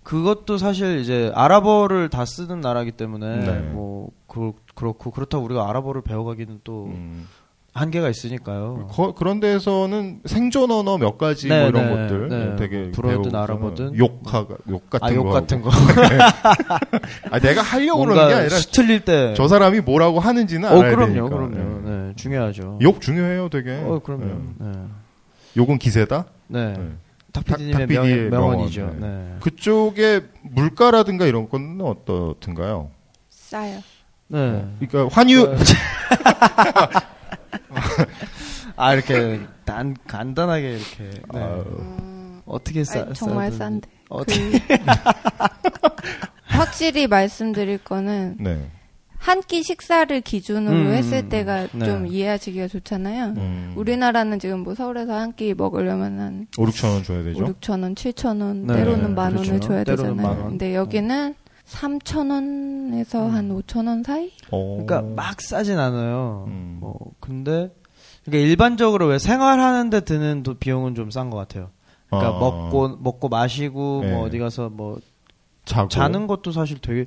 S3: 그것도 사실 이제 아랍어를 다 쓰는 나라기 때문에
S4: 네.
S3: 뭐 그, 그렇고 그렇다고 우리가 아랍어를 배워가기는 또
S4: 음.
S3: 한계가
S4: 뭐
S3: 있으니까요.
S4: 그런 데에서는 생존 언어 몇 가지
S3: 네,
S4: 뭐 이런
S3: 네,
S4: 것들
S3: 네.
S4: 되게
S3: 불어든
S4: 배우고서는
S3: 알아보든.
S4: 욕하 욕 같은
S3: 아
S4: 거
S3: 욕
S4: 하고.
S3: 같은 거
S4: 아 내가 하려고 그러는 게
S3: 뭔가
S4: 아니라
S3: 수틀릴 때.
S4: 저 사람이 뭐라고 하는지는
S3: 어
S4: 알아야
S3: 그럼요,
S4: 되니까.
S3: 그럼요.
S4: 예.
S3: 네 중요하죠.
S4: 욕 중요해요, 되게.
S3: 어 그럼요.
S4: 예.
S3: 네.
S4: 욕은 기세다.
S3: 네.
S4: 네. 탁-
S3: 탁피디님의
S4: 탁피디의
S3: 명, 명언이죠.
S4: 명언, 네.
S3: 네.
S4: 그쪽에 물가라든가 이런 건 어떻든가요?
S5: 싸요.
S3: 네.
S4: 그러니까 환유
S3: 아 이렇게 단 간단하게 이렇게. 네. 어떻게 싸?
S5: 아니, 정말
S3: 싸든-
S5: 싼데. 그
S3: 어떻게?
S5: 확실히 말씀드릴 거는,
S4: 네.
S5: 한 끼 식사를 기준으로
S3: 음,
S5: 했을
S3: 음,
S5: 때가
S3: 네.
S5: 좀 이해하시기가 좋잖아요.
S4: 음,
S5: 우리나라는 지금 뭐 서울에서 한 끼 먹으려면 한
S4: 5, 6천 원 줘야 되죠.
S5: 5, 6천 원, 7천 원,
S3: 네,
S5: 때로는 만
S3: 그렇죠.
S5: 원을 줘야
S3: 때로는
S5: 되잖아요.
S3: 만 원. 음.
S5: 근데 여기는 3천 원에서 한 5천 원 사이?
S4: 어.
S3: 그러니까 막 싸진 않아요.
S4: 음.
S3: 뭐 근데 그러니까 일반적으로 왜 생활하는데 드는 도- 비용은 좀 싼 것 같아요. 그러니까
S4: 아,
S3: 먹고 먹고 마시고
S4: 네.
S3: 뭐 어디 가서 뭐
S4: 자고.
S3: 자는 것도 사실 되게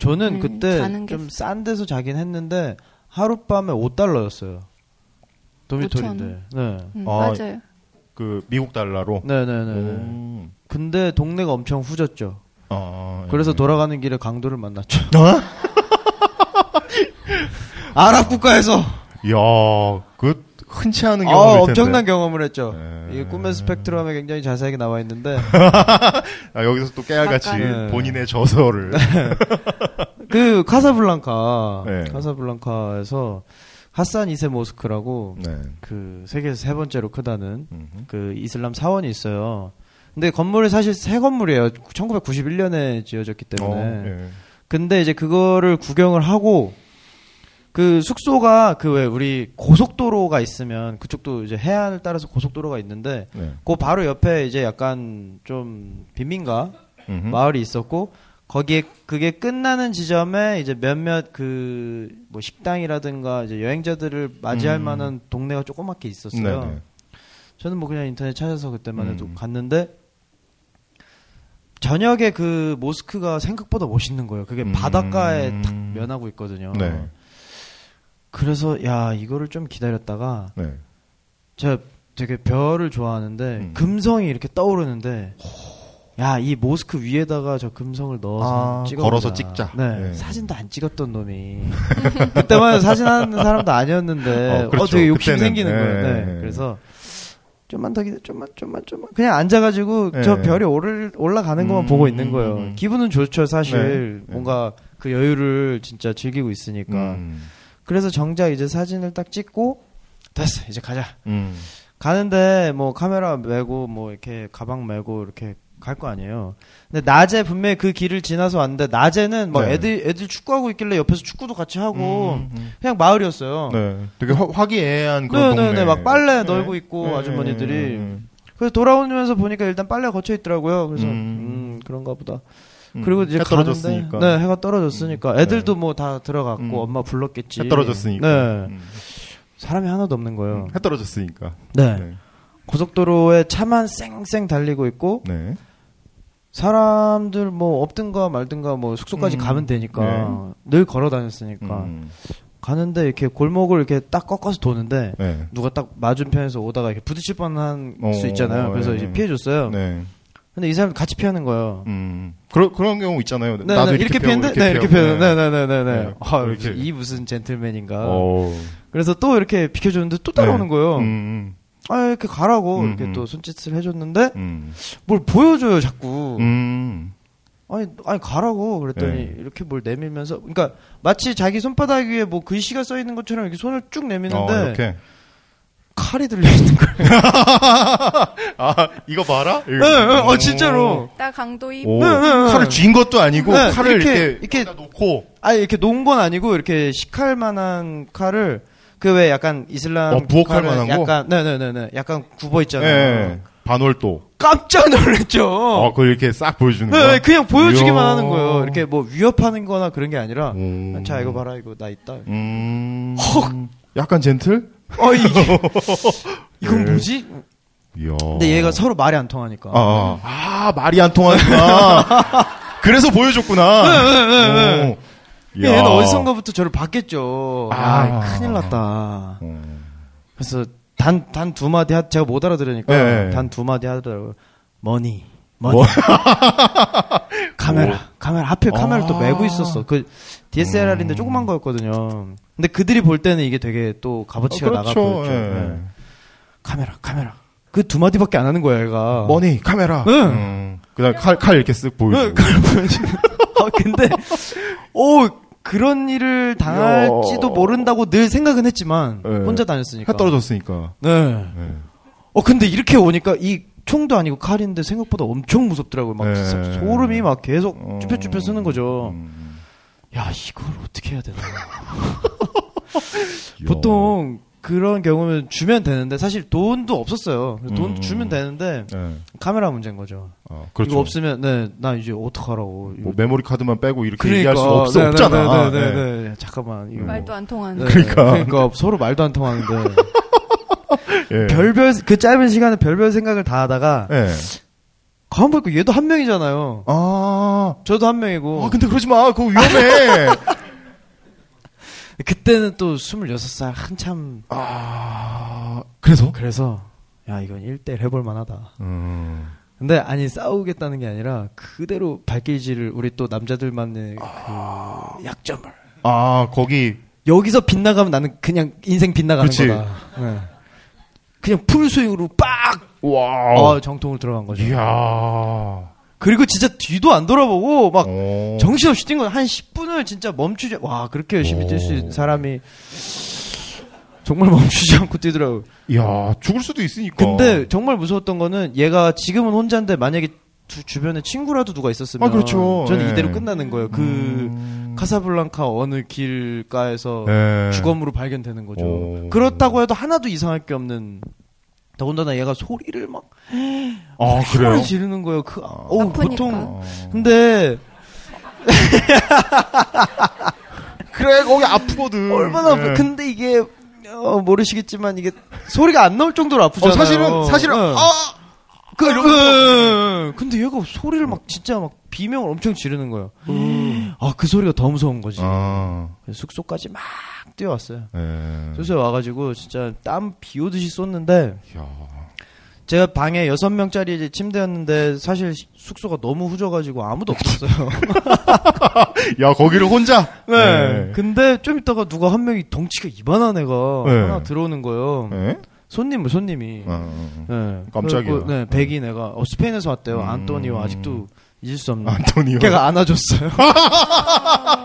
S3: 저는
S5: 음,
S3: 그때
S5: 자는 게
S3: 좀 싼 데서 자긴 했는데 하룻밤에 5달러였어요. 도미토리인데. 네.
S5: 음,
S4: 아,
S5: 맞아요.
S4: 그 미국 달러로.
S3: 네, 네, 네. 네.
S4: 음.
S3: 근데 동네가 엄청 후졌죠.
S4: 아, 예.
S3: 그래서 돌아가는 길에 강도를 만났죠.
S4: 어?
S3: 아랍 국가에서
S4: 야, 그 흔치 않은
S3: 아,
S4: 경험일 텐데.
S3: 엄청난 경험을 했죠.
S4: 네.
S3: 이 꿈의 스펙트럼에 굉장히 자세하게 나와 있는데
S4: 아, 여기서 또 깨알같이 네.
S3: 약간.
S4: 본인의 저서를
S3: 네. 그 카사블랑카
S4: 네.
S3: 카사블랑카에서 하산 이세 모스크라고
S4: 네.
S3: 그 세계에서 세 번째로 크다는
S4: 음흠.
S3: 그 이슬람 사원이 있어요. 근데 건물이 사실 새 건물이에요. 1991년에 지어졌기 때문에.
S4: 예.
S3: 근데 이제 그거를 구경을 하고 그 숙소가 그 왜 우리 고속도로가 있으면 그쪽도 이제 해안을 따라서 고속도로가 있는데
S4: 네.
S3: 그 바로 옆에 이제 약간 좀 빈민가
S4: 음흠.
S3: 마을이 있었고 거기에 그게 끝나는 지점에 이제 몇몇 그 뭐 식당이라든가 이제 여행자들을 맞이할
S4: 음.
S3: 만한 동네가 조그맣게 있었어요.
S4: 네네.
S3: 저는 뭐 그냥 인터넷 찾아서 그때만 해도
S4: 음.
S3: 갔는데 저녁에 그 모스크가 생각보다 멋있는 거예요. 그게
S4: 음.
S3: 바닷가에 탁 면하고 있거든요.
S4: 네.
S3: 그래서 야 이거를 좀 기다렸다가
S4: 네.
S3: 제가 되게 별을 좋아하는데
S4: 음.
S3: 금성이 이렇게 떠오르는데 야 이 모스크 위에다가 저 금성을 넣어서
S4: 아,
S3: 찍어
S4: 걸어서 찍자.
S3: 네,
S4: 네.
S3: 사진도 안 찍었던 놈이 그때만 해도 사진 하는 사람도 아니었는데
S4: 어,
S3: 어,
S4: 그렇죠.
S3: 되게 욕심
S4: 그때는.
S3: 생기는
S4: 네.
S3: 거예요. 네. 그래서 좀만 더 기다, 좀만 좀만 좀만 그냥 앉아가지고
S4: 네.
S3: 저 별이 오를 올라가는 것만
S4: 음,
S3: 보고 있는 거예요.
S4: 음, 음.
S3: 기분은 좋죠 사실
S4: 네.
S3: 뭔가 그 여유를 진짜 즐기고 있으니까.
S4: 음.
S3: 그래서 정작 이제 사진을 딱 찍고 됐어 이제 가자.
S4: 음.
S3: 가는데 뭐 카메라 메고 뭐 이렇게 가방 메고 이렇게 갈 거 아니에요. 근데 낮에 분명히 그 길을 지나서 왔는데 낮에는 막
S4: 네.
S3: 애들 애들 축구하고 있길래 옆에서 축구도 같이 하고
S4: 음, 음.
S3: 그냥 마을이었어요.
S4: 네. 되게 화, 화기애애한 그런
S3: 네, 네,
S4: 동네.
S3: 네. 막 빨래
S4: 네.
S3: 널고 있고 아주머니들이.
S4: 음,
S3: 그래서 돌아오면서 보니까 일단 빨래 거쳐 있더라고요. 그래서
S4: 음.
S3: 음, 그런가 보다. 그리고 이제
S4: 해
S3: 가는데
S4: 떨어졌으니까.
S3: 네, 해가 떨어졌으니까
S4: 음.
S3: 애들도 뭐 다 들어갔고
S4: 음.
S3: 엄마 불렀겠지.
S4: 해 떨어졌으니까.
S3: 예. 네.
S4: 음.
S3: 사람이 하나도 없는 거예요.
S4: 해 떨어졌으니까.
S3: 네.
S4: 네.
S3: 고속도로에 차만 쌩쌩 달리고 있고
S4: 네.
S3: 사람들 뭐 없든가 말든가 뭐 숙소까지
S4: 음. 네.
S3: 가면 되니까 늘 걸어 다녔으니까
S4: 음.
S3: 가는데 이렇게 골목을 이렇게 딱 꺾어서 도는데
S4: 네.
S3: 누가 딱 맞은편에서 오다가 이렇게 부딪힐 뻔한
S4: 어,
S3: 수 있잖아요.
S4: 어,
S3: 그래서
S4: 예,
S3: 이제
S4: 예.
S3: 피해줬어요.
S4: 네.
S3: 근데 이 사람 같이 피하는 거예요.
S4: 음. 그런 그런 경우 있잖아요.
S3: 네,
S4: 나도
S3: 네,
S4: 이렇게,
S3: 피했는데,
S4: 피하고
S3: 네, 이렇게 피하는, 네, 네, 네, 네, 네.
S4: 네,
S3: 아,
S4: 이렇게.
S3: 이 무슨 젠틀맨인가.
S4: 오.
S3: 그래서 또 이렇게 비켜줬는데 또 따라오는
S4: 네.
S3: 거예요.
S4: 어. 음.
S3: 아, 이렇게 가라고
S4: 음, 음.
S3: 이렇게 또 손짓을 해줬는데
S4: 음.
S3: 뭘 보여줘요, 자꾸.
S4: 음.
S3: 아니, 아니 가라고 그랬더니
S4: 네.
S3: 이렇게 뭘 내밀면서 그러니까 마치 자기 손바닥 위에 뭐 글씨가 써 있는 것처럼 이렇게 손을 쭉 내미는데
S4: 어, 이렇게.
S3: 칼이 들려 있는 거예요.
S4: 아, 이거 봐라?
S3: 네, 네, 어 진짜로.
S5: 딱 강도 입
S4: 오.
S3: 네, 네, 네.
S4: 칼을 쥔 것도 아니고
S3: 네,
S4: 칼을
S3: 이렇게,
S4: 이렇게
S3: 이렇게
S4: 거기다 놓고
S3: 아니 이렇게 놓은 건 아니고 이렇게 식할 만한 칼을 그 왜 약간 이슬람
S4: 어, 부엌할
S3: 칼은
S4: 만한 거?
S3: 약간 네네네네 약간 굽어 있잖아요.
S4: 예. 반월도.
S3: 깜짝 놀랐죠.
S4: 어, 그걸 이렇게 싹 보여주는
S3: 네,
S4: 거야.
S3: 네, 그냥 보여주기만
S4: 이야.
S3: 하는 거예요. 이렇게 뭐 위협하는거나 그런 게 아니라
S4: 오.
S3: 자 이거 봐라 이거 나 있다.
S4: 음. 약간 젠틀?
S3: 어 이게 이건
S4: 네. 어.
S3: 뭐지?
S4: 이야.
S3: 근데 얘가 서로 말이 안 통하니까.
S4: 아, 아. 아, 말이 안 통하구나. 그래서
S3: 네,
S4: 보여줬구나. 오.
S3: 근데
S4: 이야.
S3: 예, 얘는 어디선가부터 저를 봤겠죠. 아,
S4: 아.
S3: 큰일 났다.
S4: 어.
S3: 그래서 단 단 두 마디 하, 제가 못 알아들으니까
S4: 네.
S3: 단 두 마디 하더라고요. 머니, 머니.
S4: 뭐?
S3: 카메라, 카메라 하필 카메라를 또
S4: 아. 음.
S3: 메고 있었어. 그 DSLR인데 조그만 거였거든요. 근데 그들이 볼 때는 이게 되게 또 값어치가 나가 보였죠.
S4: 예.
S3: 네. 카메라, 카메라. 그 두 마디밖에 안 하는 거야, 얘가.
S4: 머니 카메라.
S3: 네.
S4: 음. 그다음 칼, 칼 이렇게 쓱 보여주고.
S3: 네, 그걸 보여주는. 아, 근데, 오, 그런 일을 당할지도
S4: 이야.
S3: 모른다고 늘 생각은 했지만,
S4: 네.
S3: 혼자 다녔으니까.
S4: 해 떨어졌으니까.
S3: 네.
S4: 네.
S3: 어, 근데 이렇게 오니까 이 총도 아니고 칼인데 생각보다 엄청 무섭더라고요. 막
S4: 네.
S3: 진짜 소름이 막 계속
S4: 어.
S3: 쭈뼛쭈뼛 쓰는 거죠.
S4: 음.
S3: 야, 이걸 어떻게 해야 되나.
S4: 이야.
S3: 보통 그런 경우는 주면 되는데, 사실 돈도 없었어요. 그래서 돈
S4: 음.
S3: 주면 되는데,
S4: 네.
S3: 카메라 문제인 거죠.
S4: 어, 그렇죠.
S3: 이거 없으면, 네, 나 이제 어떡하라고. 이거
S4: 뭐 메모리 카드만 빼고 이렇게 얘기할 수 없,
S3: 네, 네,
S4: 없잖아.
S3: 네, 네,
S4: 네.
S3: 네, 네. 잠깐만. 이거
S5: 말도 안
S3: 네,
S5: 통하는.
S4: 그러니까.
S3: 그러니까 서로 말도 안 통하는데.
S4: 예.
S3: 별별, 그 짧은 시간에 별별 생각을 다 하다가,
S4: 예.
S3: 가만 보니까 얘도 한 명이잖아요.
S4: 아.
S3: 저도 한 명이고.
S4: 아, 근데 그러지 마. 그거 위험해.
S3: 그때는 또 26살 한참
S4: 아. 그래서?
S3: 그래서 야 이건 1대1 해볼 만하다
S4: 음.
S3: 근데 아니 싸우겠다는 게 아니라 그대로 발길질을 우리 또 남자들만의 그 약점을
S4: 아, 거기
S3: 여기서 빗나가면 나는 그냥 인생 빗나가는
S4: 그치.
S3: 거다 네.
S6: 그냥 풀스윙으로 빡!
S4: 와.
S3: 어, 정통으로 들어간 거죠.
S4: 이야.
S3: 그리고 진짜 뒤도 안 돌아보고 막
S4: 어.
S3: 아, 정신없이 뛴 건 한 10분을 진짜 멈추지 와 그렇게 열심히 뛸 수 있는 사람이 정말 멈추지 않고 뛰더라고. 요
S4: 이야, 죽을 수도 있으니까.
S3: 근데 정말 무서웠던 거는 얘가 지금은 혼자인데 만약에 주, 주변에 친구라도 누가 있었으면
S4: 아, 그렇죠.
S3: 저는
S4: 예.
S3: 이대로 끝나는 거예요. 그
S4: 음.
S3: 카사블랑카 어느 길가에서
S4: 예.
S3: 주검으로 발견되는 거죠.
S4: 오.
S3: 그렇다고 해도 하나도 이상할 게 없는. 더군다나 얘가 소리를 막
S4: 아,
S3: 소리
S4: 그래요?
S3: 지르는 거예요. 그 어우,
S5: 아프니까.
S3: 보통
S4: 어.
S3: 근데
S4: 그래, 거기 아프거든.
S3: 음, 얼마나 아프-
S4: 예.
S3: 근데 이게 어, 모르시겠지만 이게 소리가 안 나올 정도로
S4: 어,
S3: 아프잖아요. 어.
S4: 사실은, 사실은,
S3: 응.
S4: 아!
S3: 그, 응. 근데 얘가 소리를 막 진짜 막 비명을 엄청 지르는 거예요.
S4: 음.
S3: 아 그 소리가 더 무서운 거지.
S4: 아.
S3: 그래서 숙소까지 막 뛰어왔어요.
S4: 예.
S3: 숙소에 와가지고 진짜 땀 비 오듯이 쏟는데
S4: 이야.
S3: 제가 방에 여섯 명짜리 이제 침대였는데 사실 시- 숙소가 너무 후져가지고 아무도 없었어요.
S4: 야, 거기를 혼자?
S3: 네. 근데 좀 이따가 누가 한 명이 덩치가 이만한 애가
S4: 네.
S3: 하나 들어오는 거예요.
S4: 예?
S3: 손님을 손님이.
S4: 어, 어, 어.
S3: 네.
S4: 깜짝이야.
S3: 그래갖고, 네, 백인 애가 어, 스페인에서 왔대요.
S4: 음.
S3: 안토니오 아직도 잊을 수 없는.
S4: 안토니오.
S3: 걔가 안아줬어요.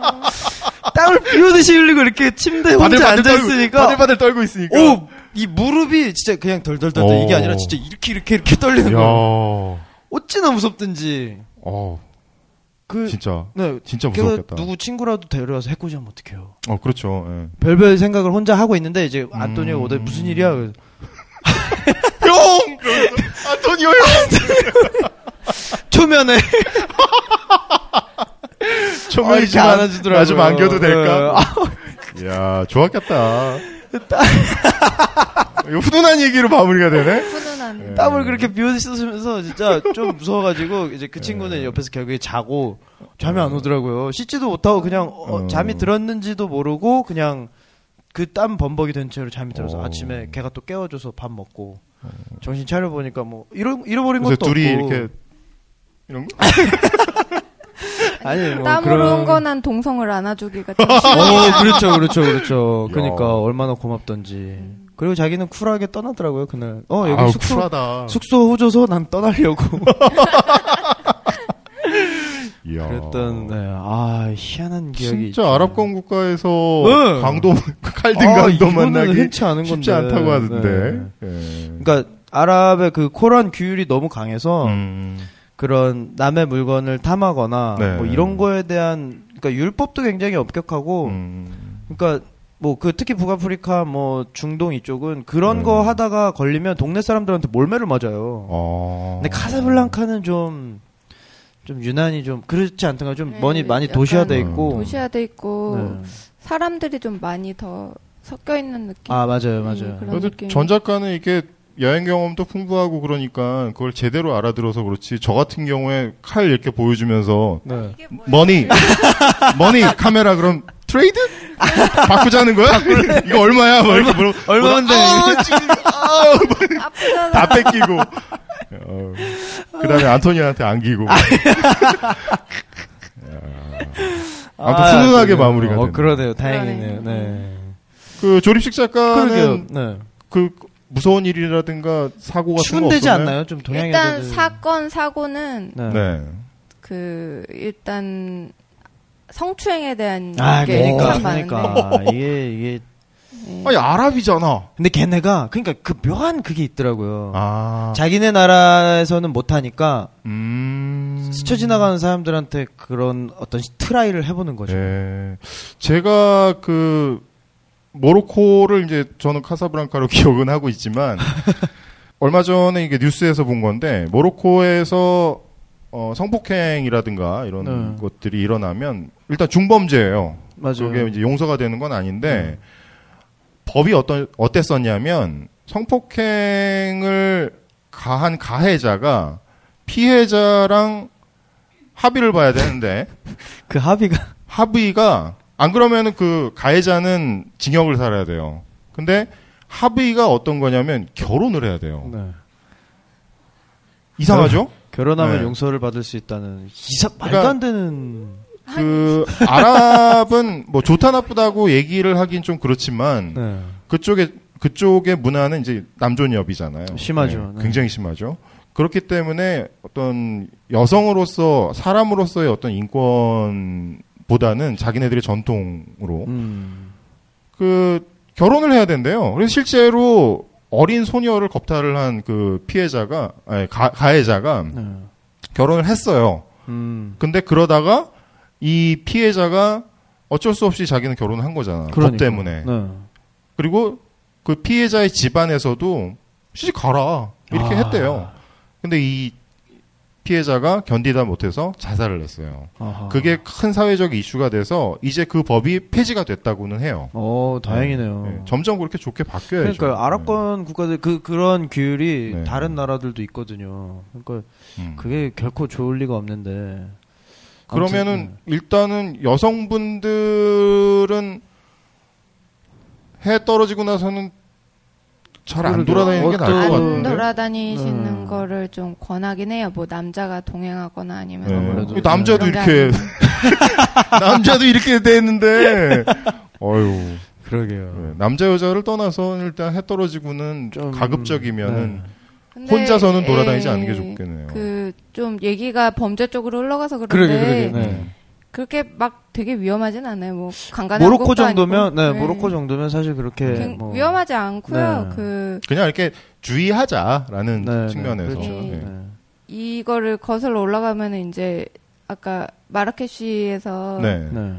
S3: 땀을 비오듯이 흘리고 이렇게 침대에 혼자 앉아 있으니까
S4: 바들바들 떨고 있으니까.
S3: 오! 이 무릎이 진짜 그냥 덜덜덜 이게
S4: 오.
S3: 아니라 진짜 이렇게 이렇게 이렇게 떨리는
S4: 야.
S3: 거예요.
S4: 어,
S3: 어찌나 무섭든지. 그
S4: 진짜. 어,
S3: 네.
S4: 진짜
S3: 걔가
S4: 무섭겠다.
S3: 누구 친구라도 데려와서 해코지하면 어떡해요.
S4: 어, 그렇죠. 예.
S3: 별별 생각을 혼자 하고 있는데
S4: 음.
S3: 이제 안토니오가 오더 무슨 일이야? 그래서
S4: 형! 그러면서, 안토니오 형!
S3: 초면에 아, 이렇게
S4: 초면이지만
S3: 안아주더라고요.
S4: 나 좀 안겨도 될까? 아.
S3: 네.
S4: 이야, 좋았겠다. 이거 훈훈한 얘기로 마무리가 되네?
S5: 훈훈한.
S3: 땀을 그렇게 비오듯이 쏟으면서 진짜 좀 무서워가지고 이제 그
S4: 네.
S3: 친구는 옆에서 결국에 자고 잠이 안 오더라고요. 씻지도 못하고 그냥 어,
S4: 음.
S3: 잠이 들었는지도 모르고 그냥 그 땀 범벅이 된 채로 잠이 들어서
S4: 어. 네.
S3: 아침에 걔가 또 깨워줘서 밥 먹고 정신 차려 보니까 뭐 잃어 잃어버린
S4: 그래서
S3: 것도
S4: 둘이
S3: 없고
S4: 이렇게, 아, 이런 거?
S3: 아니 뭐
S5: 땀으로
S3: 그런-
S5: 흥건한 동성을 안아주기가 좀
S3: 어 그렇죠 그렇죠 그렇죠.
S4: 야.
S3: 그러니까 얼마나 고맙던지. 그리고 자기는 쿨하게 떠나더라고요 그날. 어 여기
S4: 아우,
S3: 숙소
S4: 쿨하다. 어.
S3: 숙소 호줘서 난 떠나려고.
S4: 이야.
S3: 그랬던 네. 아 희한한 기억이
S4: 진짜 아랍권 국가에서
S3: 네.
S4: 강도 칼등
S3: 아,
S4: 강도
S3: 이거는
S4: 만나기
S3: 흔치 않은
S4: 쉽지
S3: 건데.
S4: 않다고 하던데. 예.
S3: 네. 그러니까 어. 아랍의 그 코란 규율이 너무 강해서
S4: 음.
S3: 그런 남의 물건을 탐하거나
S4: 네.
S3: 뭐 이런 거에 대한 그러니까 율법도 굉장히 엄격하고
S4: 음.
S3: 그러니까 뭐 그 특히 북아프리카 뭐 중동 이쪽은 그런
S4: 네.
S3: 거 하다가 걸리면 동네 사람들한테 몰매를 맞아요.
S4: 아.
S3: 근데 카사블랑카는 좀 좀 유난히 좀 그렇지 않던가 좀
S5: 네,
S3: 많이 많이
S5: 약간
S3: 도시화돼
S4: 음.
S3: 있고
S5: 도시화돼 있고
S3: 네.
S5: 사람들이 좀 많이 더 섞여 있는 느낌.
S3: 아 맞아요 맞아요
S5: 네, 그런
S4: 그래도
S5: 느낌.
S4: 전 작가는 이게 여행 경험도 풍부하고 그러니까 그걸 제대로 알아들어서 그렇지 저 같은 경우에 칼 이렇게 보여주면서
S3: 네.
S4: 머니 머니 카메라 그럼 트레이드 바꾸자는 거야 이거 얼마야 막 이렇게 물어
S3: 얼마인데?
S4: 아, 지금, 아, 막
S5: 아프잖아.
S4: 다 뺏기고 어, 그다음에 안토니한테 안기고
S3: 아.
S4: 아무튼 훈훈하게 마무리가
S3: 어,
S4: 됐네요.
S3: 그러네요. 다행이네요.
S5: 그러네요.
S3: 네.
S4: 그 조립식
S3: 그러게요.
S4: 작가는
S3: 네.
S4: 그 무서운 일이라든가 사고 같은 거
S3: 추운되지
S4: 없었나요?
S3: 않나요? 좀 동양인
S5: 일단 사건 사고는
S3: 네.
S4: 네.
S5: 그 일단 성추행에 대한
S3: 아,
S5: 게
S3: 그러니까
S5: 참 많은데
S3: 그러니까 이게 이게
S5: 네.
S4: 아니 아랍이잖아.
S3: 근데 걔네가 그러니까 그 묘한 그게 있더라고요.
S4: 아.
S3: 자기네 나라에서는 못 하니까
S4: 음.
S3: 스쳐 지나가는 사람들한테 그런 어떤 트라이를 해 보는 거죠.
S4: 예. 제가 그 모로코를 이제 저는 카사브랑카로 기억은 하고 있지만 얼마 전에 이게 뉴스에서 본 건데 모로코에서 어, 성폭행이라든가 이런
S3: 네.
S4: 것들이 일어나면 일단 중범죄예요.
S3: 맞아요.
S4: 그게 이제 용서가 되는 건 아닌데 법이 어떤 어땠었냐면 성폭행을 가한 가해자가 피해자랑 합의를 봐야 되는데
S3: 그 합의가
S4: 합의가 안 그러면은 그 가해자는 징역을 살아야 돼요. 근데 합의가 어떤 거냐면 결혼을 해야 돼요.
S3: 네.
S4: 이상하죠?
S3: 결혼하면
S4: 네.
S3: 용서를 받을 수 있다는 이사 말도
S4: 그러니까-
S3: 안 되는
S4: 그 아랍은 뭐 좋다 나쁘다고 얘기를 하긴 좀 그렇지만
S3: 네.
S4: 그쪽에 그쪽의 문화는 이제 남존여비잖아요.
S3: 심하죠. 네.
S4: 굉장히 심하죠. 그렇기 때문에 어떤 여성으로서 사람으로서의 어떤 인권보다는 자기네들의 전통으로
S3: 음.
S4: 그 결혼을 해야 된대요. 그래서 실제로 어린 소녀를 겁탈을 한 그 피해자가 아니, 가, 가해자가
S3: 네.
S4: 결혼을 했어요.
S3: 음.
S4: 근데 그러다가 이 피해자가 어쩔 수 없이 자기는 결혼을 한 거잖아. 법
S3: 그러니까.
S4: 때문에.
S3: 네.
S4: 그리고 그 피해자의 집안에서도 시집 가라 이렇게
S3: 아.
S4: 했대요. 근데 이 피해자가 견디다 못해서 자살을 했어요.
S3: 아하.
S4: 그게 큰 사회적 이슈가 돼서 이제 그 법이 폐지가 됐다고는 해요.
S3: 어 다행이네요.
S4: 네, 점점 그렇게 좋게 바뀌어야죠.
S3: 그러니까 아랍권 국가들 그 그런 규율이
S4: 네.
S3: 다른 나라들도 있거든요. 그러니까
S4: 네. 음.
S3: 그게 결코 좋을 리가 없는데. 아무튼, 음.
S4: 그러면은 일단은 여성분들은 해 떨어지고 나서는 잘 안
S3: 그러게요.
S4: 돌아다니는 게 나을 것
S3: 어떤-
S5: 안
S4: 같은데.
S5: 돌아다니시는
S3: 음.
S5: 거를 좀 권하긴 해요. 뭐 남자가 동행하거나 아니면
S4: 네.
S3: 아무래도.
S4: 이 남자도
S5: 그런 게
S4: 이렇게
S5: 아니면.
S4: 남자도 이렇게 돼 있는데 어유
S3: 네. 그러게요.
S4: 네, 남자 여자를 떠나서 일단 해 떨어지고는
S3: 좀- 네.
S4: 가급적이면은
S5: 근데
S4: 혼자서는 돌아다니지
S5: 네, 예,
S4: 않는 게 좋겠네요.
S5: 그 좀 얘기가 범죄 쪽으로 흘러가서
S3: 그러게 그러게.
S5: 그런데 그
S3: 네.
S5: 렇게막 되게 위험하진 않아요. 뭐 강간한
S3: 모로코
S5: 것도
S3: 정도면
S5: 아니고.
S3: 네,
S5: 예.
S3: 모로코 정도면 사실 그렇게
S5: 굉-
S3: 뭐-
S5: 위험하지 않고요.
S3: 네.
S5: 그
S4: 그냥 이렇게 주의하자라는
S3: 네, 네,
S4: 측면에서
S3: 그렇죠.
S5: 예.
S4: 음, 네.
S3: 네.
S5: 이거를 거슬러 올라가면 은 이제 아까 마라케시에서
S4: 네.
S3: 네.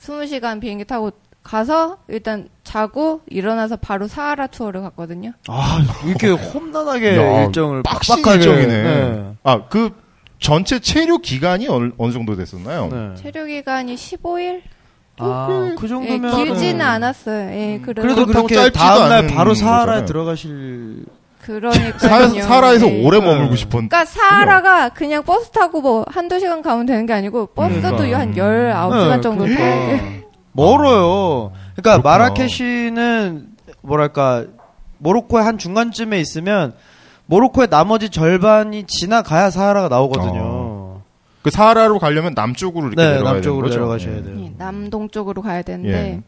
S5: 20시간 비행기 타고 가서 일단 자고 일어나서 바로 사하라 투어를 갔거든요.
S3: 아 이렇게 험난하게
S4: 야,
S3: 일정을
S4: 빡신
S3: 빡빡하게
S4: 일정이네.
S3: 네.
S4: 아 그 전체 체류 기간이 어느, 어느 정도 됐었나요?
S3: 네.
S5: 체류 기간이 15일?
S3: 아, 그
S5: 예,
S3: 정도면
S5: 길지는 않았어요. 예, 그래
S3: 그래도
S4: 그렇다고
S3: 그렇게
S4: 짧지도
S3: 다음 날
S4: 않은
S3: 바로 사하라에
S4: 거잖아요.
S3: 들어가실
S4: 사,
S5: 그러니까요.
S4: 사라에서
S5: 예.
S4: 오래
S3: 네.
S4: 머물고 어, 싶은.
S5: 그러니까 사하라가 그냥 버스 타고 뭐 한두 시간 가면 되는 게 아니고 버스도
S3: 그러니까.
S5: 한 19시간
S3: 네,
S5: 정도
S3: 그러니까.
S5: 타야 돼요.
S3: 멀어요. 그러니까
S4: 그렇구나.
S3: 마라케시는 뭐랄까 모로코의 한 중간쯤에 있으면 모로코의 나머지 절반이 지나가야 사하라가 나오거든요.
S4: 그 사하라로 가려면 남쪽으로 이렇게
S3: 네,
S4: 내려가야
S3: 남쪽으로
S4: 되는 거죠.
S3: 내려가셔야
S4: 예.
S3: 돼요.
S5: 예, 남동 쪽으로 가야 되는데
S4: 예.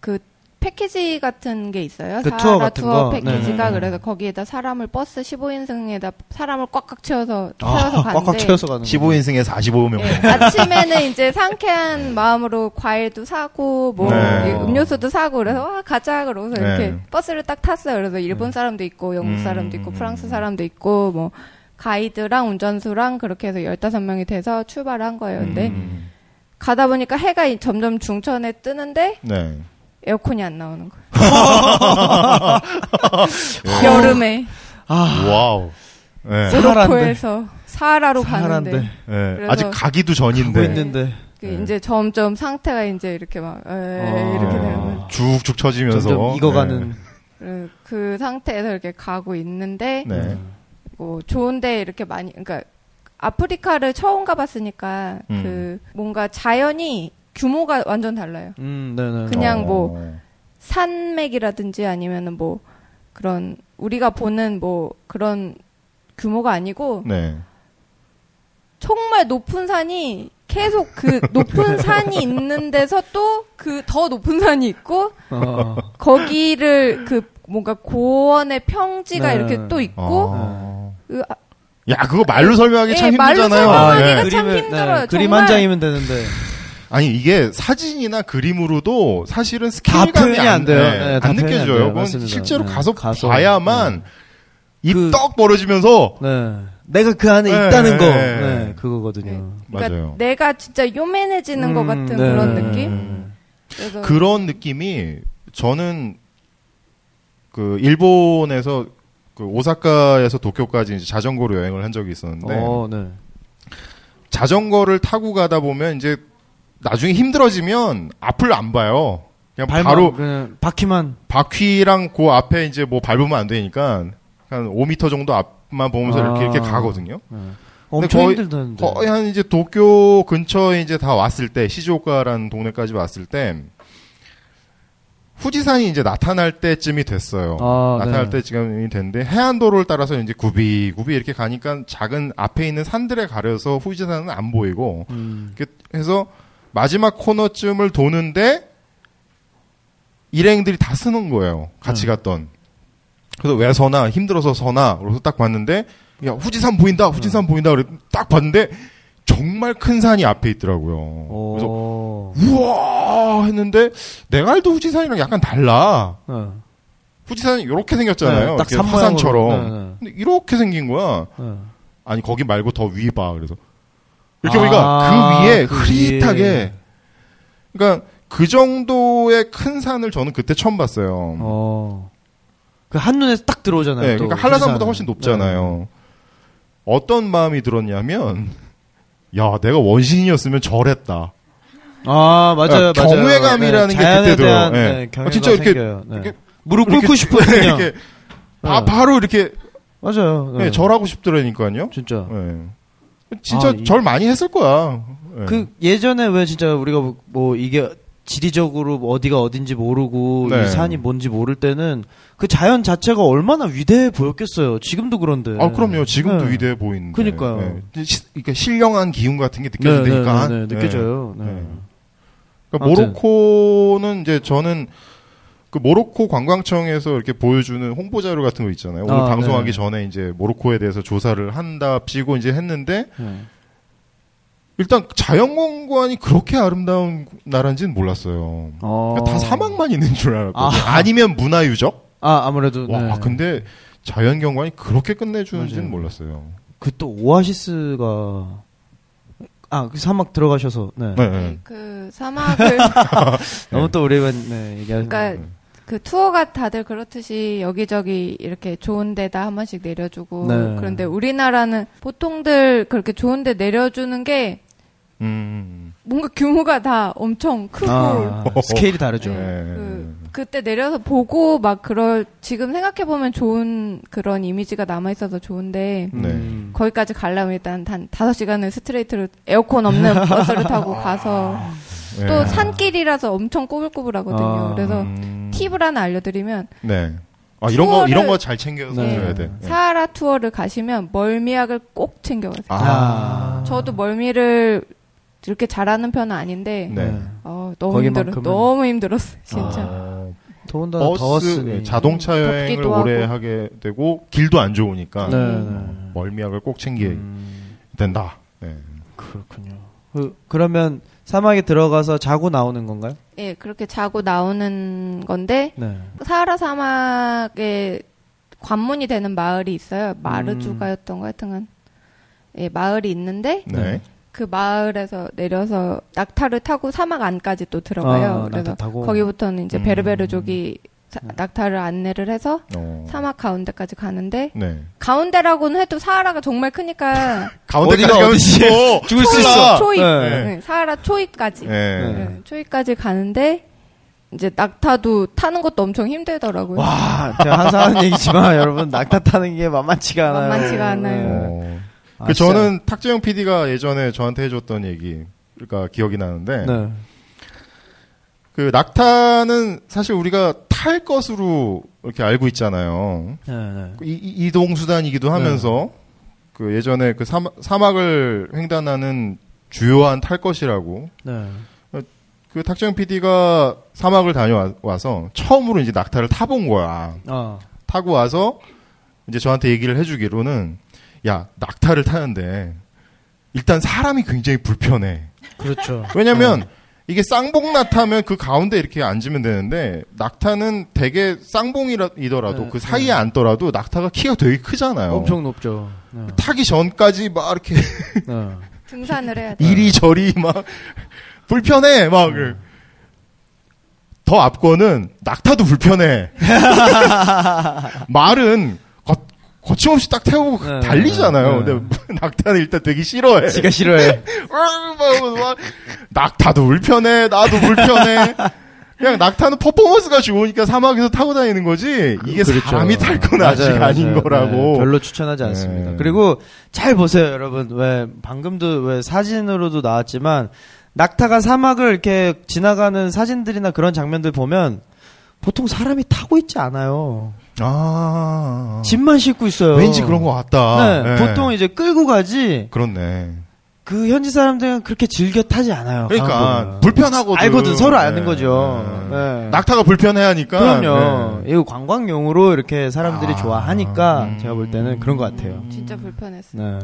S5: 그 패키지 같은 게 있어요.
S3: 그
S5: 사하라
S3: 투어 같은 거?
S5: 패키지가
S3: 네네네.
S5: 그래서 거기에다 사람을 버스 15인승에다 사람을 꽉꽉 채워서
S3: 아,
S5: 채워서 가는데
S3: 꽉꽉 채워서 가는
S4: 15인승에 45명.
S5: 예, 아침에는 이제 상쾌한 마음으로 과일도 사고 뭐
S4: 네.
S5: 이 음료수도 사고 그래서 와 가자 그러고서
S4: 네.
S5: 이렇게 버스를 딱 탔어요. 그래서 일본 사람도 있고 영국
S4: 음.
S5: 사람도 있고 프랑스 사람도 있고 뭐 가이드랑 운전수랑 그렇게 해서 15명이 돼서 출발을 한 거예요. 근데
S4: 음.
S5: 가다 보니까 해가 이- 점점 중천에 뜨는데
S4: 네.
S5: 에어컨이 안 나오는 거예요.
S4: 예.
S5: 여름에
S3: 아.
S4: 와우. 예.
S5: 모로코에서 사하라로
S3: 사하라인데.
S5: 가는데
S4: 예.
S5: 네. 그래서-
S4: 아직 가기도
S3: 가고
S4: 전인데
S3: 뭐 있는데
S5: 그
S4: 네.
S5: 이제 점점 상태가 이제 이렇게 막 에이
S3: 아.
S5: 이렇게
S4: 예.
S5: 되는
S4: 쭉쭉 처지면서 네.
S3: 점점 익어가는
S5: 그- 그 상태에서 이렇게 가고 있는데
S4: 예. 네.
S5: 뭐 좋은데 이렇게 많이 그러니까 아프리카를 처음 가봤으니까
S4: 음.
S5: 그 뭔가 자연이 규모가 완전 달라요.
S3: 음, 네, 네.
S5: 그냥
S4: 어.
S5: 뭐 산맥이라든지 아니면은 뭐 그런 우리가 보는 뭐 그런 규모가 아니고
S4: 네.
S5: 정말 높은 산이 계속 그 높은 산이 있는 데서 또 그 더 높은 산이 있고
S3: 어.
S5: 거기를 그 뭔가 고원의 평지가
S3: 네.
S5: 이렇게 또 있고
S4: 아.
S5: 그 아-
S4: 야, 그거 말로 설명하기
S5: 예,
S4: 참
S5: 말로
S4: 힘들잖아요.
S5: 설명하기가
S4: 예.
S5: 참 힘들어요,
S3: 네. 그림
S5: 정말.
S3: 한 장이면 되는데.
S4: 아니 이게 사진이나 그림으로도 사실은 스케일감이
S3: 표현이
S4: 안,
S3: 안 돼요.
S4: 네,
S3: 네, 다
S4: 안
S3: 표현이 안
S4: 느껴져요.
S3: 돼요.
S4: 그건
S3: 맞습니다.
S4: 실제로
S3: 네,
S4: 가서,
S3: 가서, 네.
S4: 봐야만
S3: 그-
S4: 입 떡 벌어지면서
S3: 네. 내가 그 안에
S4: 네,
S3: 있다는 거.
S4: 네.
S3: 네, 그거거든요.
S5: 그러니까
S4: 맞아요.
S5: 내가 진짜 요만해지는 것
S3: 음,
S5: 같은
S3: 네.
S5: 그런 느낌.
S3: 음.
S5: 그래서
S4: 그런 느낌이 저는 그 일본에서 그 오사카에서 도쿄까지 이제 자전거로 여행을 한 적이 있었는데
S3: 어, 네.
S4: 자전거를 타고 가다 보면 이제 나중에 힘들어지면 앞을 안 봐요. 그냥
S3: 발만,
S4: 바로
S3: 그냥 바퀴만
S4: 바퀴랑 그 앞에 이제 뭐 밟으면 안 되니까 한 5m 정도 앞만 보면서
S3: 아.
S4: 이렇게 이렇게 가거든요.
S3: 엄청
S4: 거의-
S3: 힘들던데.
S4: 거의 한 이제 도쿄 근처에 이제 다 왔을 때 시즈오카라는 동네까지 왔을 때 후지산이 이제 나타날 때쯤이 됐어요.
S3: 아,
S4: 나타날
S3: 네.
S4: 때쯤이 됐는데 해안도로를 따라서 이제 굽이 굽이 이렇게 가니까 작은 앞에 있는 산들에 가려서 후지산은 안 보이고
S3: 음.
S4: 이렇게 해서 마지막 코너쯤을 도는데 일행들이 다 쓰는 거예요.
S3: 음.
S4: 같이 갔던. 그래서 왜 서나 힘들어서 서나 그래서 딱 봤는데 야 후지산 보인다
S3: 음.
S4: 후지산 보인다 그래 딱 봤는데 정말 큰 산이 앞에 있더라고요. 어. 그래서
S3: 오.
S4: 우와 했는데 내가 알던 후지산이랑 약간 달라.
S3: 네.
S4: 후지산이 이렇게 생겼잖아요.
S3: 네, 딱
S4: 이렇게
S3: 산
S4: 화산처럼.
S3: 모양으로. 네, 네.
S4: 근데 이렇게 생긴 거야.
S3: 네.
S4: 아니 거기 말고 더 위에 봐. 그래서 이렇게
S3: 아,
S4: 보니까 그 위에
S3: 그
S4: 흐릿하게.
S3: 위에.
S4: 그러니까 그 정도의 큰 산을 저는 그때 처음 봤어요.
S3: 어. 그 한눈에 딱 들어오잖아요.
S4: 네,
S3: 또
S4: 그러니까 한라산보다
S3: 부산. 네.
S4: 훨씬 높잖아요. 어떤 마음이 들었냐면, 야, 내가 원신이었으면 저랬다.
S3: 네. 아, 맞아요.
S4: 그러니까
S3: 맞아요.
S4: 경외감이라는 게
S3: 자연에
S4: 그때 들어요.
S3: 대한,
S4: 예.
S3: 네,
S4: 아,
S3: 경외감
S4: 진짜 이렇게-
S3: 생겨요. 네.
S4: 이렇게-
S3: 무릎
S4: 이렇게
S3: 꿇고 싶어요, 그냥.
S4: 이렇게 바,
S3: 네.
S4: 바로 이렇게
S3: 맞아요.
S4: 네, 절하고 싶더라니까요.
S3: 진짜.
S4: 네. 진짜
S3: 아, 이-
S4: 절 많이 했을 거야. 네.
S3: 그 예전에 왜 진짜 우리가 뭐 이게 지리적으로 뭐 어디가 어딘지 모르고
S4: 네.
S3: 이 산이 뭔지 모를 때는 그 자연 자체가 얼마나 위대해 보였겠어요. 지금도 그런데.
S4: 아, 그럼요. 지금도
S3: 네.
S4: 위대해 보이는데.
S3: 그러니까요.
S4: 네. 시- 그러니까 신령한 기운 같은 게
S3: 네, 네,
S4: 느껴지니까.
S3: 네, 네,
S4: 네.
S3: 느껴져요. 네.
S4: 네. 그러니까
S3: 아무튼.
S4: 모로코는 이제 저는 그 모로코 관광청에서 이렇게 보여주는 홍보 자료 같은 거 있잖아요. 오늘
S3: 아,
S4: 방송하기
S3: 네.
S4: 전에 이제 모로코에 대해서 조사를 한답시고 이제 했는데
S3: 네.
S4: 일단 자연공관이 그렇게 아름다운 나라인지는 몰랐어요.
S3: 어.
S4: 그러니까 다 사막만 있는 줄 알았고
S3: 아.
S4: 아. 니면 문화유적.
S3: 아, 아무래도
S4: 와
S3: 네.
S4: 근데 자연경관이 그렇게 끝내주는지는
S3: 맞아요.
S4: 몰랐어요.
S3: 그 또 오아시스가 아, 그 사막 들어가셔서 네.
S4: 네, 네.
S5: 그 사막을
S3: 너무 또 오래만 네, 얘기하는
S5: 그러니까 그 투어가 다들 그렇듯이 여기저기 이렇게 좋은 데다 한 번씩 내려주고
S3: 네.
S5: 그런데 우리나라는 보통들 그렇게 좋은 데 내려주는 게
S4: 음.
S5: 뭔가 규모가 다 엄청 크고
S3: 아, 스케일이
S5: 네,
S3: 다르죠.
S5: 그, 그때 내려서 보고 막 그럴 지금 생각해 보면 좋은 그런 이미지가 남아 있어서 좋은데
S4: 네.
S3: 음.
S5: 거기까지 가려면 일단 단 5시간을 스트레이트로 에어컨 없는 버스를
S3: 아,
S5: 타고 가서
S4: 네.
S5: 또 산길이라서 엄청 꼬불꼬불하거든요.
S3: 아,
S5: 그래서
S4: 음.
S5: 팁을 하나 알려드리면
S4: 네. 아, 이런 거,
S5: 투어를-
S4: 이런 거 잘 챙겨서
S3: 네.
S4: 해야 돼. 네.
S5: 사하라 투어를 가시면 멀미약을 꼭 챙겨가세요.
S3: 아.
S5: 저도 멀미를 이렇게 잘하는 편은 아닌데
S4: 네.
S5: 어, 너무
S3: 거기만큼은-
S5: 힘들어 너무 힘들었어요 진짜.
S4: 아,
S3: 더운다
S4: 버스,
S3: 더웠으니
S4: 네, 자동차 여행을
S5: 덥기도
S4: 오래
S5: 하고.
S4: 하게 되고, 길도 안 좋으니까,
S3: 네.
S4: 어,
S3: 음.
S4: 멀미약을 꼭 챙겨야 된다. 네.
S3: 그렇군요. 그, 그러면 사막에 들어가서 자고 나오는 건가요?
S5: 예 그렇게 자고 나오는 건데
S3: 네.
S5: 사하라 사막에 관문이 되는 마을이 있어요. 마르주가였던 거 하여튼간 예 마을이 있는데
S4: 네.
S5: 그 마을에서 내려서 낙타를 타고 사막 안까지 또 들어가요.
S3: 아,
S5: 그래서
S3: 낙타 타고. 음.
S5: 거기부터는 이제
S4: 음.
S5: 베르베르족이 사- 낙타를 안내를 해서
S4: 어.
S5: 사막 가운데까지 가는데
S3: 음.
S4: 네.
S5: 가운데라고는 해도 사하라가 정말 크니까
S4: 가운데까지
S3: 어디가
S4: 가면
S3: 어디지?
S4: 죽어!
S3: 죽을
S5: 초입,
S3: 수 있어.
S5: 초입,
S3: 네.
S4: 네.
S5: 네, 사하라 초입까지
S4: 네.
S3: 네.
S5: 네, 초입까지 가는데 이제 낙타도 타는 것도 엄청 힘들더라고요.
S3: 와, 제가 항상 하는 얘기지만 여러분 낙타 타는 게 만만치가 않아요.
S5: 만만치가 않아요.
S4: 어.
S3: 아,
S4: 그
S3: 진짜.
S4: 저는 탁재영 PD가 예전에 저한테 해줬던 얘기, 그러니까 기억이 나는데,
S3: 네.
S4: 그 낙타는 사실 우리가 탈 것으로 이렇게 알고 있잖아요.
S3: 네, 네.
S4: 이- 이, 이동 수단이기도 하면서 그 예전에 그 사마, 사막을 횡단하는 주요한 탈 것이라고
S3: 네.
S4: 그 탁재영 PD가 사막을 다녀와서 처음으로 이제 낙타를 타본 거야.
S3: 어.
S4: 타고 와서 이제 저한테 얘기를 해주기로는 야 낙타를 타는데 일단 사람이 굉장히 불편해.
S3: 그렇죠.
S4: 왜냐면 이게 쌍봉 낙타면 그 가운데 이렇게 앉으면 되는데 낙타는 되게 쌍봉이더라도
S3: 네,
S4: 그
S3: 네.
S4: 사이에 앉더라도 낙타가 키가 되게 크잖아요.
S3: 엄청 높죠. 네.
S4: 타기 전까지 막 이렇게
S3: 네.
S5: 등산을 해야 돼.
S4: 이리저리 막 불편해 막.
S3: 음.
S4: 더 앞거는 낙타도 불편해. 말은 거, 거침없이 딱 태우고
S3: 네,
S4: 달리잖아요.
S3: 네.
S4: 근데 낙타는 일단 되게 싫어해.
S3: 지가 싫어해.
S4: 막, 막, 막. 낙타도 불편해, 나도 불편해. 그냥 낙타는 퍼포먼스가 좋으니까 사막에서 타고 다니는 거지. 이게
S3: 그렇죠.
S4: 사람이 탈 건 아직
S3: 맞아요,
S4: 아닌
S3: 맞아요.
S4: 거라고.
S3: 네, 별로 추천하지 않습니다.
S4: 네.
S3: 그리고 잘 보세요, 여러분. 왜 방금도 왜 사진으로도 나왔지만 낙타가 사막을 이렇게 지나가는 사진들이나 그런 장면들 보면 보통 사람이 타고 있지 않아요.
S4: 아,
S3: 짐만 싣고 있어요.
S4: 왠지 그런 것 같다.
S3: 네,
S4: 네.
S3: 보통 이제 끌고 가지
S4: 그렇네.
S3: 그 현지 사람들은 그렇게 즐겨 타지 않아요.
S4: 그러니까
S3: 강원도는.
S4: 불편하고
S3: 알거든, 서로 아는 거죠. 네.
S4: 낙타가 불편해하니까.
S3: 그럼요.
S4: 네.
S3: 이거 관광용으로 이렇게 사람들이
S4: 아,
S3: 좋아하니까
S4: 음.
S3: 제가 볼 때는 그런 것 같아요.
S5: 진짜 불편했어요.
S3: 네.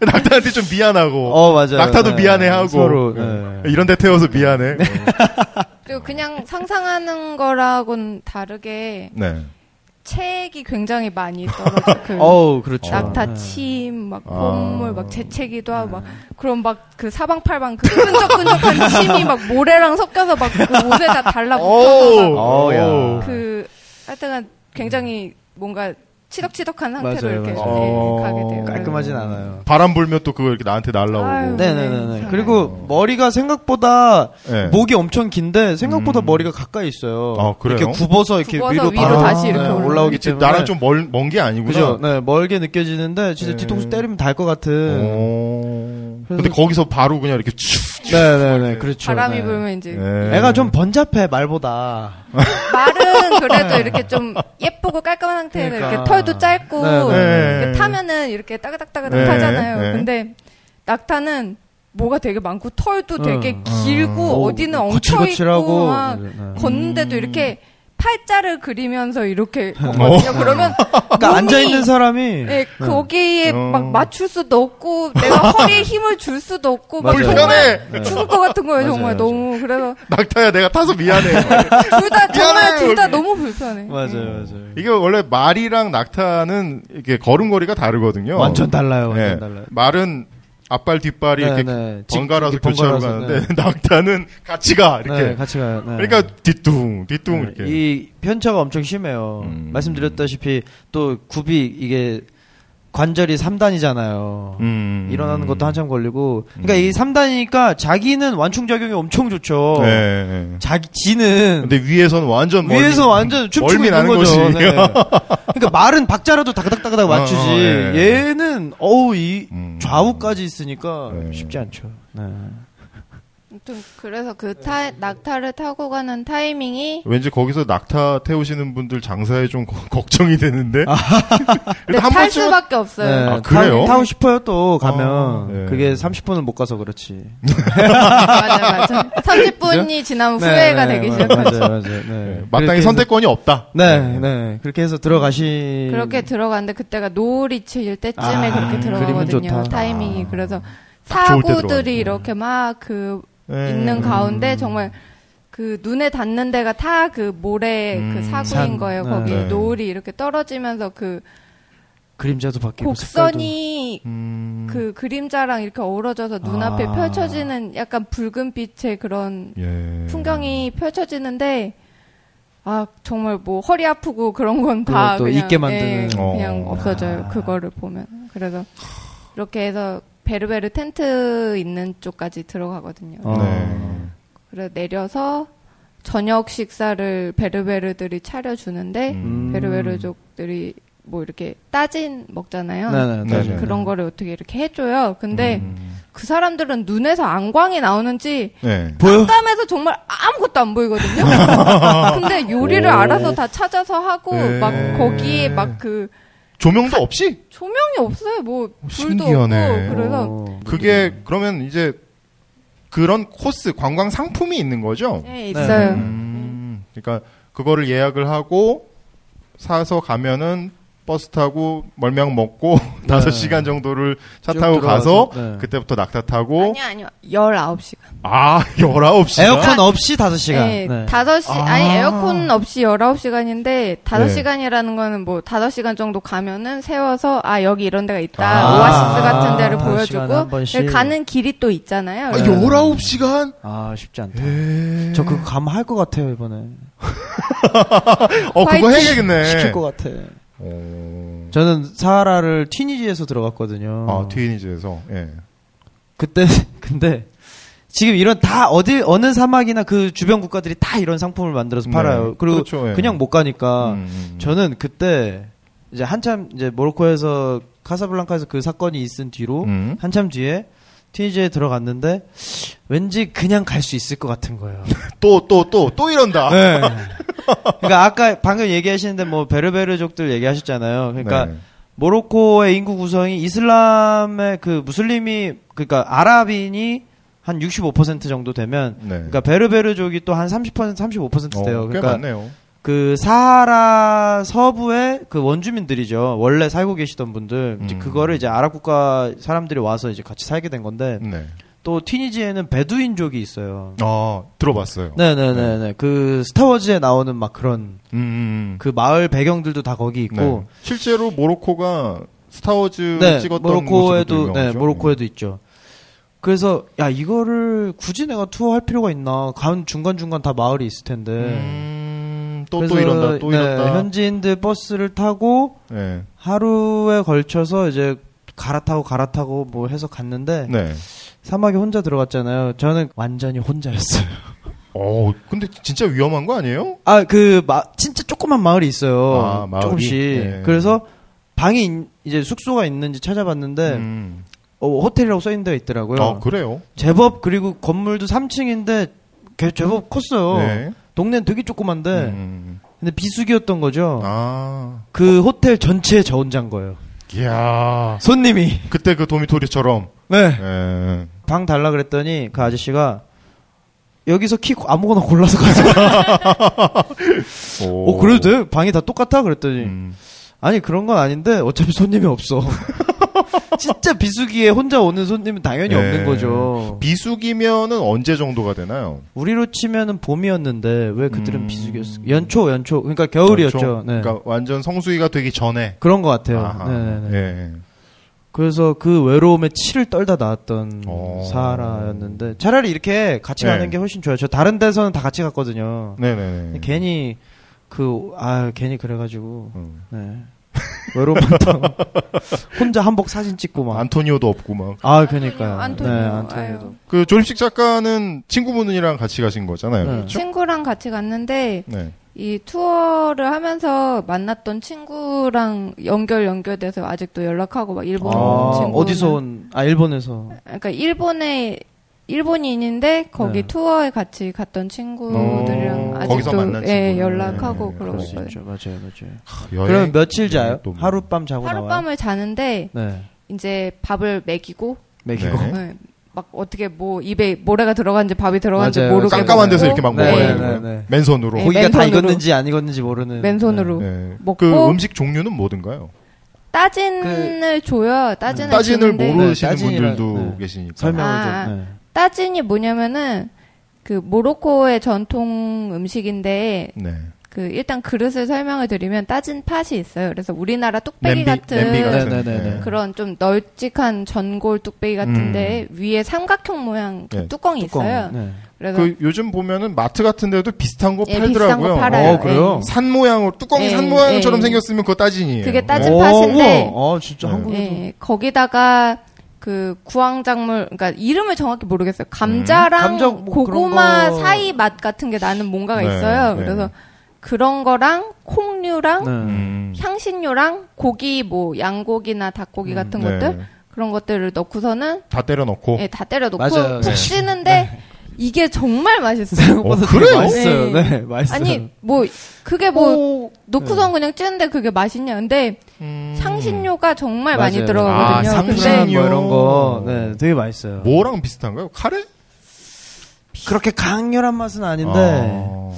S4: 낙타한테 좀 미안하고
S3: 어 맞아요.
S4: 낙타도
S3: 네.
S4: 미안해하고
S3: 서로.
S4: 네.
S3: 네.
S4: 이런 데 태워서 미안해.
S5: 그리고 그냥 상상하는 거라고는 다르게
S4: 네.
S5: 책이 굉장히 많이 떨어져. 그
S3: 어우 그렇죠.
S5: 낙타
S3: 네.
S5: 침, 막
S4: 아.
S5: 콧물, 막 재채기도 하고 막 그런 막 그 사방팔방 그 끈적끈적한 침이 막 모래랑 섞여서 막 그 옷에 다 달라붙어서 막
S3: 어, 야.
S4: 오.
S5: 그 하여튼간 굉장히 뭔가 치덕치덕한 상태로
S3: 맞아요, 어,
S5: 이렇게
S4: 맞아요.
S5: 예, 가게 돼요.
S3: 깔끔하진 않아요.
S4: 바람 불면 또 그거 이렇게 나한테 날라오고.
S5: 아유.
S3: 네네네.
S5: 네.
S3: 그리고 머리가 생각보다
S4: 어. 네.
S3: 목이 엄청 긴데 생각보다
S4: 음.
S3: 머리가 가까이 있어요.
S4: 아, 그래요?
S3: 이렇게 굽어서 이렇게
S5: 굽어서
S3: 위로,
S5: 위로
S3: 바로
S5: 다시 이렇게
S3: 네,
S5: 올라오는
S3: 올라오기
S4: 이제
S3: 때문에
S4: 나랑 좀먼 게 아니구나.
S3: 그죠? 네 멀게 느껴지는데 진짜
S4: 네. 어.
S3: 뒤통수 때리면 달 것 같은.
S4: 오.
S3: 그래서-
S4: 근데 거기서 바로 그냥 이렇게 쭉.
S3: 네네네 그렇죠.
S5: 바람이
S3: 네.
S5: 불면 이제
S4: 네.
S3: 애가 좀 번잡해 말보다.
S5: 말은 그래도 이렇게 좀 예쁘고 깔끔한 상태에서
S3: 네. 그러니까.
S5: 이렇게 털도 짧고
S3: 네.
S5: 이렇게 타면은 이렇게 따그닥따그닥
S4: 네.
S5: 타잖아요.
S4: 네.
S5: 근데 낙타는 뭐가 되게 많고 털도 되게
S3: 어.
S5: 길고
S3: 어,
S5: 어디는 엉쳐 있고
S3: 거칠거칠하고.
S5: 막
S3: 네, 네.
S5: 걷는데도 이렇게 팔자를 그리면서 이렇게
S3: 어.
S4: 어,
S5: 걷거든요. 그러면
S3: 그러니까
S5: 몸이-
S3: 앉아 있는 사람이
S5: 예, 거기에
S4: 어.
S5: 막 맞출 수도 없고 내가 허리에 힘을 줄 수도 없고 막
S3: 맞아요.
S5: 정말
S4: 불편해.
S5: 죽을 것 같은 거예요,
S3: 맞아요,
S5: 정말
S3: 맞아요.
S5: 너무 그래서
S4: 낙타야 내가 타서 미안해.
S5: 둘 다 정말
S4: 미안해요,
S5: 둘 다
S4: 이렇게.
S5: 너무 불편해.
S3: 맞아요 맞아요.
S4: 이게 원래 말이랑 낙타는 이게 걸음걸이가 다르거든요.
S3: 완전 달라요 완전
S4: 예.
S3: 달라요.
S4: 말은 앞발 뒷발이
S3: 네,
S4: 이렇게
S3: 네. 직-
S4: 번갈아서
S3: 이렇게
S4: 교차로
S3: 번갈아서,
S4: 가는데 낙타는 같이 가 이렇게.
S3: 네, 같이 가요. 네.
S4: 그러니까 뒤뚱 뒤뚱
S3: 네,
S4: 이렇게.
S3: 이 편차가 엄청 심해요.
S4: 음.
S3: 말씀드렸다시피 또 굽이 이게 관절이 3단이잖아요.
S4: 음.
S3: 일어나는 것도 한참 걸리고. 그러니까 이 3단이니까 자기는 완충 작용이 엄청 좋죠.
S4: 네, 네.
S3: 자기 지는
S4: 근데 위에선 완전 멀미-
S3: 위에서 완전 춤추고
S4: 멀미
S3: 있는
S4: 나는
S3: 거죠.
S4: 것이.
S3: 네. 그러니까 말은 박자라도 다그닥다그닥 맞추지.
S4: 어, 어, 예.
S3: 얘는 어우 이
S4: 음.
S3: 좌우까지 있으니까
S4: 네.
S3: 쉽지 않죠. 네.
S5: 아무튼 그래서 그 타, 낙타를 타고 가는 타이밍이
S4: 왠지 거기서 낙타 태우시는 분들 장사에 좀 거- 걱정이 되는데.
S3: 아.
S5: 네,
S4: 그래도 한
S5: 탈
S4: 번쯤은-
S5: 수밖에 없어요.
S3: 네,
S4: 아, 그래요?
S3: 타, 타고 싶어요 또 가면
S4: 아, 네.
S3: 그게 30분은 못 가서 그렇지.
S5: 맞아요, 맞아요. 30분이 지나면 후회가
S3: 네,
S5: 되기
S3: 맞-
S5: 시작하죠.
S3: 맞아요, 맞아요. 네.
S4: 네, 마땅히
S3: 그렇게
S4: 선택권이 없다.
S3: 해서- 네, 네. 그렇게 해서 들어가시.
S5: 그렇게 들어갔는데 그때가 노을이 칠 때쯤에
S3: 음. 아,
S5: 그렇게
S3: 그림은
S5: 들어가거든요.
S3: 좋다.
S5: 타이밍이 그래서
S4: 딱 좋을 때
S5: 사고들이
S4: 들어가네.
S5: 이렇게 막 그
S4: 네.
S5: 있는 가운데 정말 그 눈에 닿는 데가 다 그 모래
S4: 음,
S5: 그 사고인
S3: 산.
S5: 거예요.
S3: 네.
S5: 거기
S4: 네.
S5: 노을이 이렇게 떨어지면서 그
S3: 그림자도 바뀌고
S5: 곡선이
S4: 음.
S5: 그 그림자랑 이렇게 어우러져서 눈앞에
S3: 아.
S5: 펼쳐지는 약간 붉은 빛의 그런
S3: 네.
S4: 예.
S5: 풍경이 펼쳐질는데 아 정말 뭐 허리 아프고 그런 건 다
S3: 그것도
S5: 그냥
S3: 잊게 만드는.
S5: 예,
S4: 어.
S5: 그냥 없어져요
S3: 아.
S5: 그거를 보면 그래서 이렇게 해서 베르베르 텐트 있는 쪽까지 들어가거든요
S3: 어.
S4: 네.
S5: 그래서 내려서 저녁 식사를 베르베르들이 차려주는데
S4: 음.
S5: 베르베르족들이 뭐 이렇게 따진 먹잖아요
S3: 네네,
S4: 네, 네.
S5: 그런 거를 어떻게 이렇게 해줘요 근데
S4: 음.
S5: 그 사람들은 눈에서 안광이 나오는지
S4: 네.
S3: 보여?
S5: 깜깜해서 정말 아무것도 안 보이거든요. 근데 요리를
S4: 오.
S5: 알아서 다 찾아서 하고
S4: 네.
S5: 막 거기에 막 그
S4: 조명도 없이
S5: 조명이 없어요. 뭐
S4: 어,
S5: 불도
S4: 신기하네.
S5: 없고 그래서
S3: 어.
S4: 그게 그러면 이제 그런 코스 관광 상품이 있는 거죠.
S5: 네, 있어요.
S4: 음, 그러니까 그거를 예약을 하고 사서 가면은 버스 타고 멀명 먹고 다섯 시간 정도를 차
S3: 네. 쭉
S4: 타고 가서
S3: 들어가서, 네.
S4: 그때부터 낙타 타고
S5: 아니요, 아니요. 19시간.
S4: 아 19시간
S3: 에어컨 없이 5시간.
S5: 네, 다섯 시
S4: 아.
S5: 아니, 에어컨 없이 19시간인데, 다섯
S4: 네.
S5: 시간이라는 거는 뭐, 다섯 시간 정도 가면은 세워서, 아, 여기 이런 데가 있다.
S3: 아.
S5: 오아시스 같은 데를
S3: 다섯 시간에 한 번씩.
S5: 보여주고, 네, 가는 길이 또 있잖아요.
S4: 아, 19시간
S3: 아, 쉽지 않다.
S4: 에...
S3: 저 그거 가면 할 것 같아요, 이번에.
S4: 어 그거
S5: 화이팅!
S4: 해야겠네
S3: 시킬 것 같아.
S4: 어...
S3: 저는 사하라를 튀니지에서 들어갔거든요.
S4: 아 튀니지에서 예.
S3: 그때 근데 지금 이런 다 어디 어느 사막이나 그 주변 국가들이 다 이런 상품을 만들어서
S4: 네.
S3: 팔아요. 그리고
S4: 그렇죠, 예.
S3: 그냥 못 가니까
S4: 음, 음.
S3: 저는 그때 이제 한참 이제 모로코에서 카사블랑카에서 그 사건이 있은 뒤로
S4: 음.
S3: 한참 뒤에 튀니지에 들어갔는데 왠지 그냥 갈 수 있을 것 같은 거예요.
S4: 또 또 또 또 이런다
S3: 네. 그러니까 아까 방금 얘기하시는데 뭐 베르베르족들 얘기하셨잖아요. 그러니까
S4: 네.
S3: 모로코의 인구 구성이 이슬람의 그 무슬림이 그러니까 아랍인이 한 65% 정도 되면
S4: 네.
S3: 그러니까 베르베르족이 또 한 30% 35% 돼요.
S4: 어, 꽤
S3: 그러니까
S4: 많네요.
S3: 그 사하라 서부의 그 원주민들이죠. 원래 살고 계시던 분들 이제
S4: 음.
S3: 그거를 이제 아랍 국가 사람들이 와서 이제 같이 살게 된 건데
S4: 네.
S3: 또 튀니지에는 베두인족이 있어요.
S4: 어, 들어봤어요.
S3: 네네네네. 그 스타워즈에 나오는 막 그런
S4: 음, 음.
S3: 그 마을 배경들도 다 거기 있고.
S4: 네. 실제로 모로코가 스타워즈
S3: 네,
S4: 찍었던 모습도
S3: 모로코에도 네,
S4: 유명하죠. 음.
S3: 모로코에도 있죠. 그래서 야 이거를 굳이 내가 투어할 필요가 있나? 간 중간 중간 다 마을이 있을 텐데.
S4: 음, 또, 또
S3: 네. 그래서,
S4: 이런다, 또
S3: 네,
S4: 이런다.
S3: 현지인들 버스를 타고
S4: 네.
S3: 하루에 걸쳐서 이제 갈아타고 갈아타고 뭐 해서 갔는데
S4: 네.
S3: 사막에 혼자 들어갔잖아요. 저는 완전히 혼자였어요.
S4: 어, 근데 진짜 위험한 거 아니에요?
S3: 아, 그, 마, 진짜 조그만 마을이 있어요.
S4: 아, 마을이?
S3: 조금씩.
S4: 예.
S3: 그래서 방이, 있- 이제 숙소가 있는지 찾아봤는데,
S4: 음.
S3: 어, 호텔이라고 써있는 데가 있더라고요.
S4: 아, 그래요?
S3: 제법, 그리고 건물도 3층인데, 제법 컸어요.
S4: 네.
S3: 동네는 어. 되게 조그만데,
S4: 음.
S3: 근데 비수기였던 거죠.
S4: 아,
S3: 그 호텔 전체에 저 혼자인 거예요.
S4: 이야.
S3: 손님이.
S4: 그때 그 도미토리처럼.
S3: 네.
S4: 예.
S3: 방 달라 그랬더니, 그 아저씨가, 여기서 키 아무거나 골라서 가자.
S4: 오,
S3: 어, 그래도 돼? 방이 다 똑같아? 그랬더니,
S4: 음.
S3: 아니 그런 건 아닌데 어차피 손님이 없어. 진짜 비수기에 혼자 오는 손님은 당연히
S4: 예. 음.
S3: 없는 거죠.
S4: 비수기면은 언제 정도가 되나요?
S3: 우리로 치면은 봄이었는데 왜 그들은
S4: 음.
S3: 비수기였을까? 연초 연초 그러니까 겨울이었죠.
S4: 그렇죠?
S3: 네.
S4: 그러니까 완전 성수기가 되기 전에.
S3: 그런 것 같아요.
S4: 아하.
S3: 네네네.
S4: 예.
S3: 그래서 그 외로움에 치를 떨다 나왔던
S4: 어.
S3: 사하라였는데 차라리 이렇게 같이
S4: 네.
S3: 가는 게 훨씬 좋아요. 저 다른 데서는 다 같이 갔거든요.
S4: 네네네.
S3: 괜히 그 아 괜히 그래가지고
S4: 음.
S3: 네. 외로움 같다. 혼자 한복 사진 찍고 막
S4: 뭐 안토니오도 없고 막.
S3: 아, 그니까요.
S5: 안토니오,
S3: 네,
S5: 아유.
S3: 안토니오도.
S4: 그 조립식 작가는 친구분이랑 같이 가신 거잖아요.
S3: 네.
S4: 그렇죠?
S5: 친구랑 같이 갔는데
S4: 네.
S5: 이 투어를 하면서 만났던 친구랑 연결 연결돼서 아직도 연락하고 막 일본
S3: 아,
S5: 그 친구
S3: 어디서 온, 아, 일본에서.
S5: 그러니까 일본에 일본인인데 거기
S3: 네.
S5: 투어에 같이 갔던 친구들이랑
S4: 어, 거기서
S5: 아직도
S4: 만난
S5: 예,
S4: 친구들.
S5: 연락하고
S4: 네,
S5: 그러고
S3: 그럴 수
S5: 있어요.
S3: 있죠. 맞아요, 맞아요.
S4: 여행-
S3: 그럼 며칠 자요?
S4: 또 뭐.
S3: 하룻밤 자고 나와요?
S5: 하룻밤을 자는데
S3: 네.
S5: 이제 밥을 먹이고
S3: 맥이고.
S4: 네.
S5: 예, 막 어떻게 뭐 입에 모래가 들어간지 밥이 들어간지
S3: 맞아요.
S5: 모르게
S4: 깜깜한 데서 이렇게
S5: 먹고
S4: 막
S3: 네,
S4: 먹어야
S3: 네,
S4: 되고요.
S3: 네, 네.
S4: 맨손으로.
S5: 네.
S3: 고기가 다
S5: 맨손으로.
S3: 익었는지 안 익었는지 모르는.
S5: 맨손으로
S4: 네.
S5: 먹고.
S4: 그 음식 종류는 뭐든가요?
S5: 따진을 줘요. 따진을
S4: 음, 따진을
S5: 주는데
S4: 모르시는
S3: 네, 따진이라-
S4: 분들도
S3: 네.
S4: 계시니까.
S3: 네. 설명을
S5: 아,
S3: 좀. 네.
S5: 따진이 뭐냐면은 그 모로코의 전통 음식인데
S4: 네.
S5: 그 일단 그릇을 설명을 드리면 따진 팥이 있어요. 그래서 우리나라
S4: 냄비,
S5: 뚝배기 같은
S4: 냄비 같은.
S3: 네, 네, 네, 네.
S5: 그런 좀 널찍한 전골 뚝배기 같은데 위에 삼각형 모양 그
S4: 음. 네,
S5: 뚜껑이
S3: 뚜껑.
S5: 있어요.
S3: 네.
S5: 그래서
S4: 그 요즘 보면은 마트 같은 데도 비슷한 거
S5: 예, 비슷한
S4: 팔더라고요.
S5: 거 팔아요.
S3: 뭐 어, 그래요?
S4: 산 모양으로 뚜껑이
S5: 예,
S4: 산 모양처럼
S5: 예.
S4: 생겼으면 그거 따진이에요. 어?
S5: 그게 따진
S3: 오,
S5: 팥인데
S3: 우와. 아, 진짜
S4: 네.
S5: 예,
S3: 한국에도.
S5: 예, 거기다가 그 구황작물 그러니까 이름을 정확히 모르겠어요. 감자랑
S3: 음. 감자 뭐 그런
S5: 고구마
S3: 거.
S5: 사이 맛 같은 게 나는 뭔가가
S4: 네,
S5: 있어요.
S4: 네.
S5: 그래서 그런 거랑 콩류랑
S3: 네.
S4: 음.
S5: 향신료랑 고기 뭐 양고기나 닭고기
S3: 음,
S5: 같은
S4: 네.
S5: 것들 그런 것들을 넣고서는
S4: 다 때려 넣고.
S5: 예, 다 때려 넣고
S3: 맞아요.
S5: 푹
S3: 네.
S5: 찌는데 이게 정말 맛있어요.
S3: 생각보다
S4: 어,
S3: 되게
S4: 그래요?
S3: 맛있어요.
S5: 네.
S3: 네, 맛있어요. 네.
S5: 아니 뭐 그게 뭐 넣고선 그냥 찌는데 그게 맛있냐? 근데
S4: 음.
S5: 향신료가 정말 네, 많이
S3: 맞아요.
S4: 아,
S5: 들어가거든요.
S3: 상추랑
S5: 근데
S4: 향신료.
S3: 뭐 이런 거. 네, 되게 맛있어요.
S4: 뭐랑 비슷한가요? 카레?
S3: 그렇게 강렬한 맛은
S5: 네.
S3: 아닌데.
S4: 아.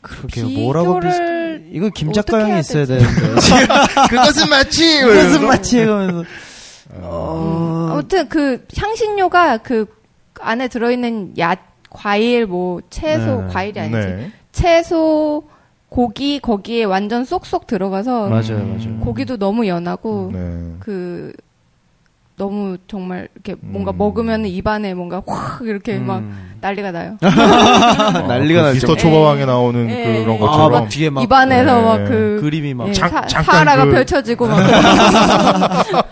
S3: 그렇게 뭐라고 비슷
S5: 비교를
S3: 이거
S5: 어떻게
S3: 김작가
S5: 해야
S3: 형이 있어야
S5: 되지?
S3: 되는데.
S4: 네. 그것은 마치
S3: 무슨 맛이 이러면서.
S4: 아.
S3: 어.
S5: 아무튼 그 향신료가 그 안에 들어있는 야 과일 뭐 채소
S3: 네.
S5: 과일이 아니지
S4: 네.
S5: 채소 고기 거기에 완전 쏙쏙 들어가서
S3: 맞아요, 맞아요.
S5: 고기도 너무 연하고
S4: 네.
S5: 그 너무 정말 이렇게 뭔가
S4: 음.
S5: 먹으면 입안에 뭔가 확 이렇게
S3: 음.
S5: 막 난리가 나요.
S3: 아, 난리가
S4: 그
S3: 날죠. 네.
S4: 미스터
S5: 예.
S4: 초밥왕에 나오는
S5: 예.
S4: 그런
S5: 아,
S3: 아,
S4: 것처럼.
S3: 막 뒤에 막
S5: 입안에서
S4: 네.
S5: 막 그
S3: 그림이 막.
S5: 예,
S4: 잠-
S5: 사,
S4: 잠깐
S5: 하라가
S4: 그-
S5: 펼쳐지고 막
S3: 어.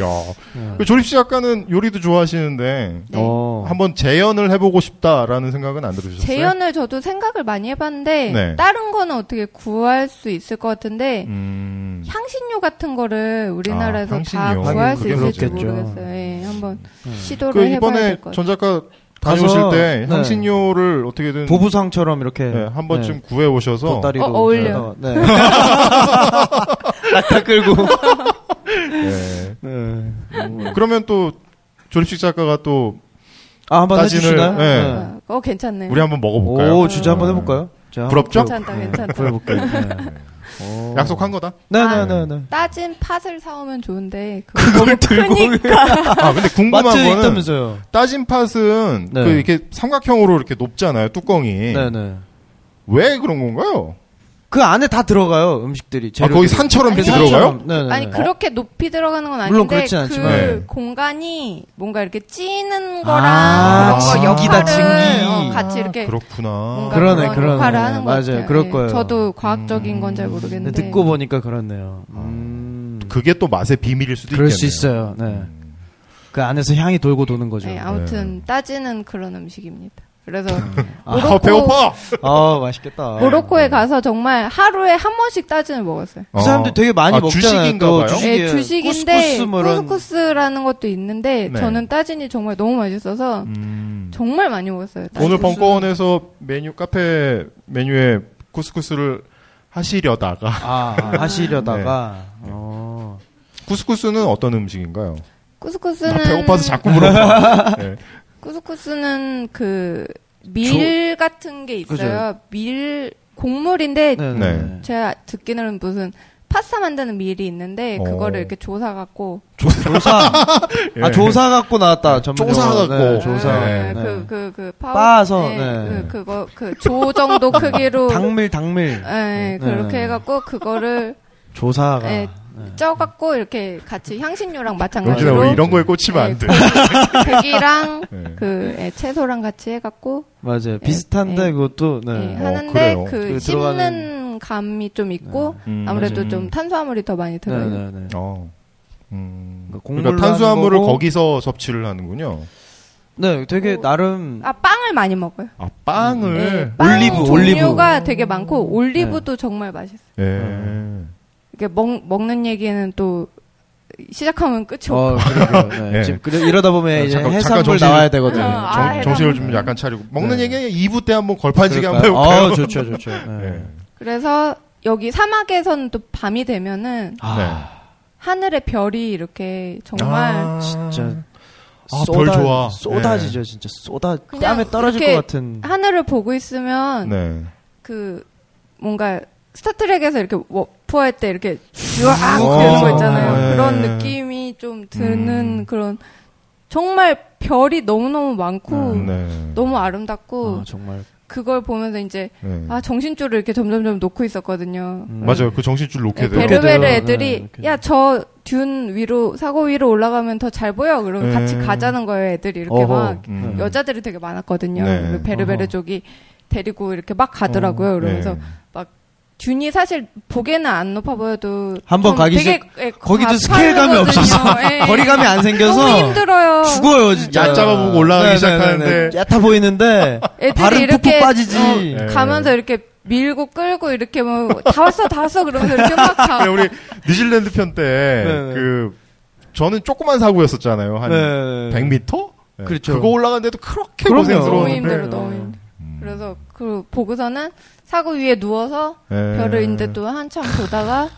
S4: 야. 그 조립식 작가는 요리도 좋아하시는데
S5: 네.
S3: 네. 어.
S4: 한번 재연을 해보고 싶다라는 생각은 안 들으셨어요?
S5: 재현을 저도 생각을 많이 해봤는데
S4: 네.
S5: 다른 거는 어떻게 구할 수 있을 것 같은데
S4: 음.
S5: 향신료 같은 거를 우리나라에서
S4: 아,
S5: 다
S4: 향신료.
S5: 구할 수
S4: 하긴
S5: 있을지
S3: 그렇겠죠.
S5: 모르겠어요. 예, 한번
S4: 그
S3: 음.
S5: 시도를 해봐야 될
S4: 이번에
S5: 것 같아요.
S4: 전 작가
S3: 가서-
S4: 다녀오실 때
S3: 네.
S4: 향신료를 어떻게든
S3: 보부상처럼 이렇게.
S4: 네, 한 번쯤 구해 오셔서
S3: 네. 다리로
S5: 어, 어울려요.
S3: 네. 다 끌고.
S4: 네.
S3: 네.
S4: 그러면 또 조립식 작가가 또
S3: 아, 한번
S4: 따진을,
S3: 해주시나요?
S4: 네.
S3: 네.
S5: 아, 어 괜찮네.
S4: 우리 한번 먹어볼까요?
S3: 오, 주제 한번
S4: 네.
S3: 해볼까요? 제가
S4: 부럽죠?
S3: 한번
S5: 괜찮다,
S3: 네,
S5: 괜찮다.
S3: 구해볼게요. 네.
S4: 약속한 거다.
S3: 네네네네.
S5: 따진 팥을 사오면 좋은데 그거
S3: 그걸 들고
S5: 크니까
S4: 아 근데 궁금한
S3: 마트에
S4: 거는
S3: 있다면서요.
S4: 따진 팥은
S3: 네.
S4: 그 이렇게 삼각형으로 이렇게 높잖아요 뚜껑이
S3: 네네.
S4: 왜 그런 건가요?
S3: 그 안에 다 들어가요 음식들이.
S4: 아
S3: 재료들이.
S4: 거기 산처럼 이렇게
S5: 아니,
S4: 들어가요?
S3: 네네.
S5: 아니 그렇게 높이 들어가는 건
S3: 물론
S5: 아닌데
S3: 그렇진
S5: 그
S3: 않지만.
S4: 네.
S5: 공간이 뭔가 이렇게 찌는 거랑
S3: 아,
S5: 그런 거
S3: 증기다,
S5: 역할을
S3: 증기.
S5: 어, 같이 이렇게
S4: 아, 그렇구나.
S5: 뭔가
S3: 그러네,
S5: 그런
S3: 그러네.
S5: 역할을 하는 것
S3: 맞아요.
S5: 같아요.
S3: 그럴
S5: 예.
S3: 거예요.
S5: 저도 과학적인 건 잘
S3: 네,
S5: 모르겠는데
S3: 듣고 보니까 그렇네요.
S4: 아,
S3: 음.
S4: 그게 또 맛의 비밀일 수도
S3: 그럴
S4: 있겠네요. 음.
S3: 수 있어요. 네. 그 안에서 향이 돌고 도는 예. 거죠.
S5: 네, 아무튼 따지는 그런 음식입니다. 그래서
S4: 아, 배고파.
S3: 아 예. 맛있겠다.
S5: 모로코에 가서 정말 하루에 한 번씩 따진을 먹었어요.
S3: 그 사람들 되게 많이
S4: 아,
S3: 먹잖아요.
S4: 주식인가
S3: 또
S4: 봐요?
S3: 주식에
S5: 예, 주식인데
S3: 쿠스쿠스 뭐 이런-
S5: 쿠스쿠스라는 것도 있는데
S4: 네.
S5: 저는 따진이 정말 너무 맛있어서
S4: 음.
S5: 정말 많이 먹었어요. 따진.
S4: 오늘 벙커원에서 메뉴 카페 메뉴에 쿠스쿠스를 하시려다가
S3: 아, 아, 하시려다가.
S4: 네.
S3: 어.
S4: 쿠스쿠스는 어떤 음식인가요? 나
S5: 쿠스쿠스는
S4: 배고파서 자꾸 물어봐. 네.
S5: 쿠스쿠스는 그 밀 같은 게 있어요. 밀 곡물인데
S3: 네.
S4: 네.
S5: 제가 듣기로는 무슨 파스타 만드는 밀이 있는데
S4: 어.
S5: 그거를 이렇게 조사 갖고
S3: 조사. 아
S4: 예.
S3: 조사 갖고 나왔다. 전문
S4: 조사
S3: 용어로.
S4: 갖고.
S3: 네, 조사.
S4: 네.
S5: 그 그 그 파우
S3: 빻아서,
S5: 예,
S3: 네.
S5: 그 그거 그 조 정도 크기로
S3: 당밀 네. 당밀.
S5: 예, 그렇게 해 갖고 그거를
S3: 조사가.
S5: 예,
S3: 네.
S5: 쪄 갖고 이렇게 같이
S4: 영진아 우리
S5: 향신료랑 마찬가지로
S4: 이런 거에 꽂히면 안 돼.
S5: 고기랑
S4: 네.
S5: 그 예, 채소랑 같이 해 갖고
S3: 맞아요. 비슷한데
S5: 예.
S3: 그것도 네.
S5: 예,
S4: 어,
S5: 하는데
S4: 그래요.
S5: 그
S3: 그 들어가는-
S5: 씹는 감이 좀 있고
S4: 음,
S5: 아무래도
S4: 음.
S5: 좀 탄수화물이 더 많이 들어요.
S3: 네, 네, 네.
S4: 어. 음.
S3: 그러니까
S4: 그러니까
S3: 국물로
S4: 탄수화물을
S3: 하는 거고.
S4: 거기서 섭취를 하는군요.
S3: 네, 되게
S5: 오.
S3: 나름
S5: 아 빵을 많이 먹어요.
S4: 아 빵을.
S5: 네. 빵
S3: 올리브, 올리브.
S5: 종류가 되게
S4: 네.
S5: 많고 올리브도 정말 맛있어요.
S4: 예.
S3: 네.
S5: 이게 먹 먹는 얘기는 또 시작하면 끝이 없고
S3: 어, 그러니까요. 네.
S4: 예.
S3: 지금 그래- 이러다 보면
S4: 네,
S3: 이제
S4: 잠깐- 잠깐
S3: 해산물
S4: 정신-
S3: 나와야 되거든요.
S5: 어, 아,
S4: 네. 정,
S5: 해당-
S4: 정신을 좀 약간 차리고 먹는
S3: 네.
S4: 얘기 2부 때 한번 걸판지게 한번
S3: 그럴까요?
S4: 해볼까요?
S3: 어, 좋죠, 좋죠. 네.
S4: 네.
S5: 그래서 여기 사막에서는 또 밤이 되면은
S4: 네.
S3: 아,
S5: 하늘의 별이 이렇게 정말
S4: 아,
S3: 진짜
S4: 아, 별 좋아. 네.
S3: 쏟아지죠, 진짜 쏟아.
S5: 그냥
S3: 땀에 떨어질
S5: 이렇게-
S3: 것 같은.
S5: 하늘을 보고 있으면
S4: 네.
S5: 그 뭔가 스타트랙에서 이렇게 워프할 때 이렇게 쫙
S4: 어,
S5: 되는 거 있잖아요.
S4: 네. 음.
S5: 그런 느낌이 좀 드는 그런 정말 별이 너무너무 많고
S4: 음, 네.
S5: 너무 아름답고
S3: 아, 정말.
S5: 그걸 보면서 이제
S4: 네.
S5: 아 정신줄을 이렇게 점점점 놓고 있었거든요.
S3: 음.
S4: 맞아요. 그 정신줄 놓게
S5: 네,
S4: 돼요.
S3: 배를-
S5: 베르베르
S3: 돼요. 네,
S5: 애들이
S3: 이렇게
S5: 야 저 둔 위로 사고 위로 올라가면 더 잘 보여. 그러면
S4: 네.
S5: 같이 가자는 거예요. 애들이 이렇게
S3: 어허.
S5: 막
S4: 음.
S5: 여자들이 되게 많았거든요.
S4: 네.
S5: 그리고 베르베르
S3: 어허. 어,
S5: 쪽이 데리고 이렇게 막 가더라고요. 그러면서
S4: 네.
S5: 듄이 사실 보기에는 안 높아 보여도
S3: 한번
S5: 좀
S3: 가기
S5: 되게 예,
S3: 거기도
S5: 가-
S3: 스케일감이
S5: 팔거든요.
S3: 없어서
S5: 예.
S3: 거리감이 안
S5: 너무
S3: 생겨서
S5: 힘들어요.
S3: 죽어요, 진짜.
S4: 얕잡아 보고 올라가기
S3: 네네네네.
S4: 시작하는데.
S3: 얕아 보이는데
S5: 애들이
S3: 발은
S5: 이렇게
S3: 푹푹 빠지지. 예.
S4: 네.
S5: 어, 가면서 이렇게 밀고 끌고 이렇게 뭐 다 왔어 다 왔어 그러면서 이렇게 막
S4: 그래,
S5: 가.
S4: 네, 우리 뉴질랜드 편 때
S3: 네.
S4: 그 저는 조그만 사고였었잖아요. 한
S3: 네.
S4: 100m? 네.
S3: 그렇죠.
S4: 그거 올라가는데도 그렇게
S3: 그럼요.
S5: 너무
S4: 고생스러웠는데. 네. 음.
S5: 힘들어 너무 힘들어. 그래서 그 보고서는 사고 위에 누워서
S4: 네.
S5: 별을 이제 또 한참 보다가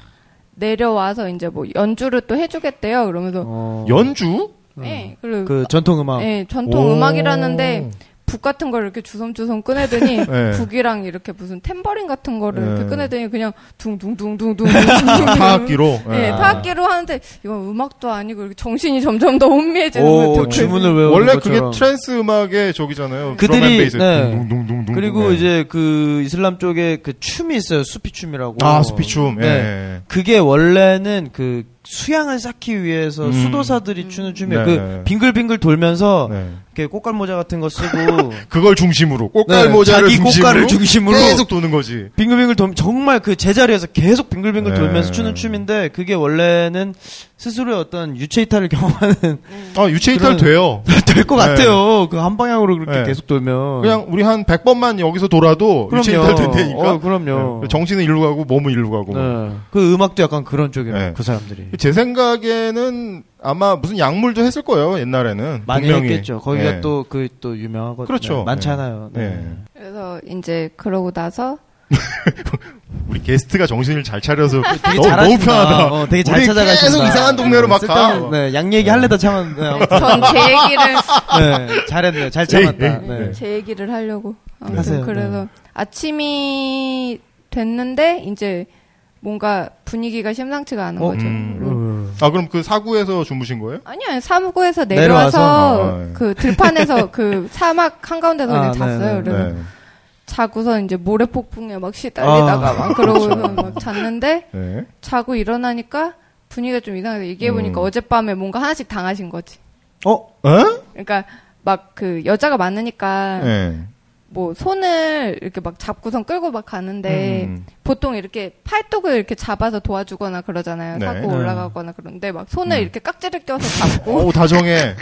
S5: 내려와서 이제 뭐 연주를 또 해주겠대요. 그러면서
S3: 어,
S4: 연주? 네.
S5: 예 그리고
S3: 그 전통 음악.
S5: 예 전통
S4: 오.
S5: 음악이라는데 북 같은 걸 이렇게 주섬주섬 꺼내더니
S4: 네.
S5: 북이랑 이렇게 무슨 탬버린 같은 거를
S4: 네.
S5: 이렇게 꺼내더니 그냥 둥둥둥둥둥둥
S4: 아, 타악기로. 네.
S5: 예, 타악기로 하는데 이건 음악도 아니고 이렇게 정신이 점점 더 혼미해지는
S3: 오,
S5: 거죠.
S3: 주문을 외우는
S4: 원래
S3: 것처럼.
S4: 그게 트랜스 음악의 저기잖아요.
S3: 그들이-
S4: 드럼 앤 베이스.
S3: 네.
S4: 둥둥둥둥둥.
S3: 그리고
S4: 네.
S3: 이제 그 이슬람 쪽에 그 춤이 있어요. 수피 춤이라고.
S4: 아 스피춤.
S3: 네.
S4: 예.
S3: 그게 원래는 그 수양을 쌓기 위해서
S4: 음.
S3: 수도사들이 추는
S4: 네.
S3: 춤이에요. 그 빙글빙글 돌면서
S4: 네.
S3: 이렇게 꽃갈 모자 같은 거 쓰고
S4: 그걸 중심으로 꽃갈
S3: 네,
S4: 모자를
S3: 자기
S4: 중심으로,
S3: 꽃갈을 중심으로
S4: 계속 도는 거지.
S3: 빙글빙글 돌 정말 그 제자리에서 계속 빙글빙글
S4: 네.
S3: 돌면서 추는 춤인데 그게 원래는 스스로의 어떤 유체 이탈을 경험하는
S4: 아 유체이탈
S3: 그런-
S4: 돼요.
S3: 될 것
S4: 네.
S3: 같아요. 그 한 방향으로 그렇게
S4: 네.
S3: 계속 돌면
S4: 그냥 우리 한 100번만 여기서 돌아도
S3: 그럼요.
S4: 유체이탈 된다니까.
S3: 어, 그럼요.
S4: 네. 정신은 일로 가고 몸은 일로 가고.
S3: 네. 그 음악도 약간 그런 쪽이에요.
S4: 네.
S3: 그 사람들이.
S4: 제 생각에는 아마 무슨 약물도 했을 거예요 옛날에는
S3: 많이
S4: 분명히.
S3: 했겠죠. 거기가
S4: 예.
S3: 또 그 또 유명하거든요. 네.
S4: 그렇죠.
S3: 많잖아요.
S4: 예.
S3: 네.
S5: 그래서 이제 그러고 나서
S4: 우리 우리 게스트가 정신을 잘 차려서
S3: 되게
S4: 너무, 너무
S3: 잘하신다.
S4: 편하다.
S3: 어, 되게 잘
S4: 우리
S3: 찾아가신다.
S4: 계속 이상한 동네로 막 가. 예.
S3: 쓸데없는, 네, 양 얘기 할래다 참았. 네, 아무튼,
S5: 전 제 얘기를
S3: 네, 잘했네요. 잘
S4: 예.
S3: 참았다. 네.
S5: 제 얘기를 하려고. 아무튼
S3: 하세요, 네.
S5: 그래서 아침이 됐는데 이제 뭔가 분위기가 심상치가 않은
S3: 어?
S5: 거죠.
S4: 음.
S5: 음.
S4: 아 그럼 그 사구에서 주무신 거예요?
S5: 아니요, 사무고에서
S3: 내려와서, 네.
S5: 내려와서,
S4: 아, 예.
S5: 그 들판에서 그 사막 한가운데서
S3: 아,
S5: 그냥 잤어요.
S3: 네네.
S5: 그래서
S4: 네.
S5: 자고서 이제 모래폭풍에 막 시달리다가
S3: 아.
S5: 막 그러고서 막 잤는데
S4: 네.
S5: 자고 일어나니까 분위기가 좀 이상해서 얘기해보니까
S4: 음.
S5: 어젯밤에 뭔가 하나씩 당하신 거지.
S3: 어?
S4: 어?
S5: 그러니까 막 그 여자가 많으니까
S4: 네.
S5: 뭐 손을 이렇게 막 잡고선 끌고 막
S3: 네.
S5: 가는데
S4: 음.
S5: 보통 이렇게 팔뚝을 이렇게 잡아서 도와주거나 그러잖아요.
S4: 네.
S5: 사고
S3: 네.
S5: 올라가거나 그런데 막
S4: 음.
S5: 손을
S4: 어.
S5: 이렇게 깍지를 껴서 잡고
S4: 오 다정해.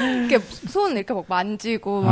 S5: 이렇게 손 이렇게 막 만지고 막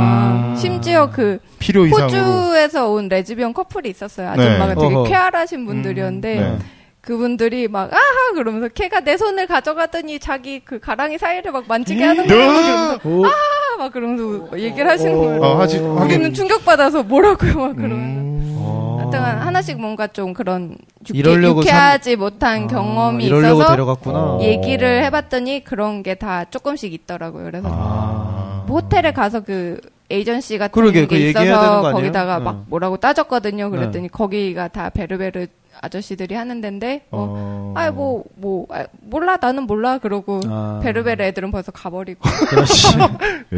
S4: 아.
S5: 심지어 그
S4: 필요 이상으로.
S5: 호주에서 온 레즈비언 커플이 있었어요.
S4: 네.
S5: 아줌마가 되게
S3: 어허.
S5: 쾌활하신 분들이었는데
S4: 네.
S5: 그분들이 막 아하 그러면서 걔가 내 손을 가져가더니 자기 그 가랑이 사이를 막
S3: 음.
S5: 만지게 하는
S3: 네.
S5: 거야.
S4: 너!
S3: 오.
S5: 아, 막 그러면서 막 얘기를 하시는 거예요.
S4: 어, 하지, 하긴.
S5: 우리는 충격받아서 뭐라고요? 막 그러면서
S4: 음.
S5: 하여간 하나씩 뭔가 좀 그런 유쾌,
S3: 어. 이러려고
S5: 유쾌하지 못한
S3: 아,
S5: 경험이
S3: 이러려고
S5: 있어서
S3: 데려갔구나.
S5: 얘기를 해봤더니 그런 게 다 조금씩 있더라고요. 그래서
S3: 어.
S4: 아.
S5: 뭐 호텔에 가서 그 에이전시 같은
S3: 그러게,
S5: 게
S3: 그 얘기해야 되는 거
S5: 있어서
S3: 아니에요?
S5: 거기다가
S3: 네.
S5: 막 뭐라고 따졌거든요. 그랬더니 거기가 다 베르베르 아저씨들이 하는 데인데 뭐
S4: 어.
S5: 아이 뭐뭐 아, 몰라 나는 몰라 그러고
S3: 아.
S5: 베르베르 애들은 벌써 가버리고
S4: 아,
S3: 그렇지.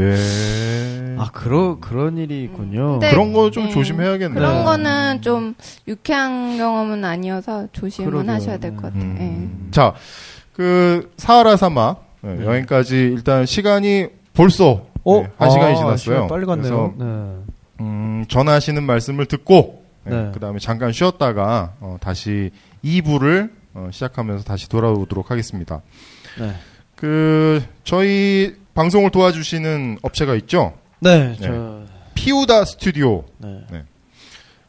S4: 예.
S3: 아, 그러, 그런 일이 있군요.
S5: 근데-
S4: 그런 거 좀
S5: 네.
S4: 조심해야겠네.
S5: 그런
S3: 네.
S5: 거는 좀 유쾌한 경험은 아니어서 조심은
S3: 그러게요.
S5: 하셔야 될 것 같아요. 예.
S4: 음. 자, 그 사하라 사막 네, 여행까지 일단 시간이 벌써
S3: 어?
S4: 네, 한 시간이
S3: 아,
S4: 지났어요.
S3: 시간이 빨리
S4: 그래서
S3: 갔네요. 네.
S4: 음, 전하시는 말씀을 듣고
S3: 네.
S4: 그 다음에 잠깐 쉬었다가 어, 다시 2부를 어, 시작하면서 다시 돌아오도록 하겠습니다.
S3: 네.
S4: 그 저희 방송을 도와주시는 업체가 있죠.
S3: 네, 저,
S4: 피우다 스튜디오.
S3: 네.
S4: 네.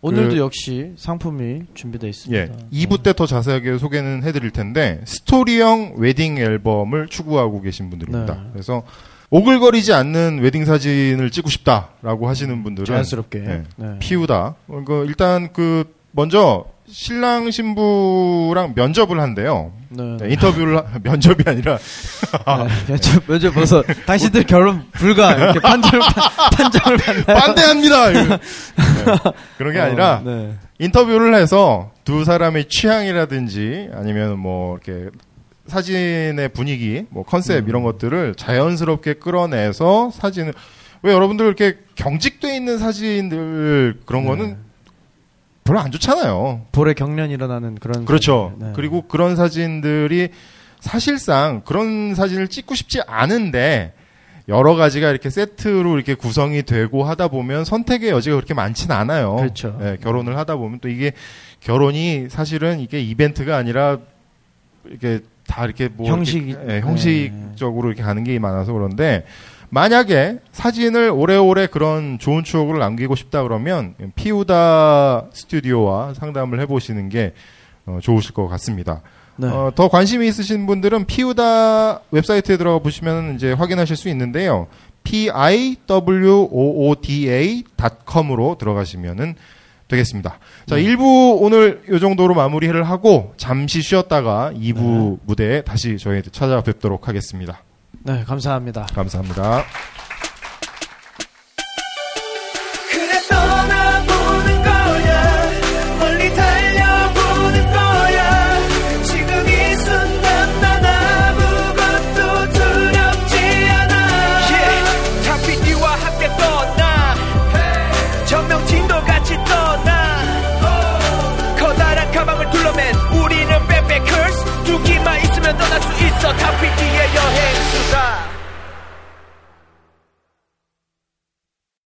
S3: 오늘도
S4: 그-
S3: 역시 상품이 준비되어
S4: 예.
S3: 있습니다.
S4: 2부 때 더 자세하게 소개는 해드릴 텐데 스토리형 웨딩 앨범을 추구하고 계신 분들입니다.
S3: 네.
S4: 그래서 오글거리지 않는 웨딩 사진을 찍고 싶다라고 하시는 분들은
S3: 자연스럽게.
S4: 네.
S3: 네.
S4: 피우다. 어, 그 일단 그 먼저 신랑 신부랑 면접을 한대요.
S3: 네.
S4: 네, 인터뷰를 하- 면접이 아니라
S3: 네, 면접, 면접 봐서 당신들 결혼 불가 이렇게 판정을 판- 판정을 받나요?
S4: 반대합니다. 이거. 네, 그런 게
S3: 어,
S4: 아니라
S3: 네.
S4: 인터뷰를 해서 두 사람의 취향이라든지 아니면 뭐 이렇게 사진의 분위기, 뭐 컨셉
S3: 음.
S4: 이런 것들을 자연스럽게 끌어내서 사진을 왜 여러분들 이렇게 경직돼 있는 사진들 그런
S3: 네.
S4: 거는 별로 안 좋잖아요.
S3: 볼에 경련 일어나는 그런
S4: 그렇죠.
S3: 네.
S4: 그리고 그런 사진들이 사실상 그런 사진을 찍고 싶지 않은데 여러 가지가 이렇게 세트로 이렇게 구성이 되고 하다 보면 선택의 여지가 그렇게 많진 않아요.
S3: 그렇죠.
S4: 예, 결혼을 하다 보면 또 이게 결혼이 사실은 이게 이벤트가 아니라 이렇게 다 이렇게 뭐
S3: 형식이- 네.
S4: 이렇게, 예, 형식적으로 이렇게 가는 게 많아서 그런데 만약에 사진을 오래오래 그런 좋은 추억을 남기고 싶다 그러면 피우다 스튜디오와 상담을 해보시는 게 어, 좋으실 것 같습니다.
S3: 네.
S4: 어, 더 관심이 있으신 분들은 피우다 웹사이트에 들어가 보시면 이제 확인하실 수 있는데요. piwooda.com으로 들어가시면은 되겠습니다. 자, 1부 오늘 요 정도로 마무리를 하고 잠시 쉬었다가 2부 무대에 다시 저희 찾아뵙도록 하겠습니다.
S3: 네, 감사합니다.
S4: 감사합니다.
S6: 그래 떠나보는 거야 멀리 달려보는 거야 지금 이 순간 난 아무것도 두렵지 않아 yeah. 탁피디와 함께 떠나 전명진도 같이 떠나 Oh. 커다란 가방을 둘러맨 우리는 백패커스 두기만 있으면 떠날 수 있어 탁피디의 여행수다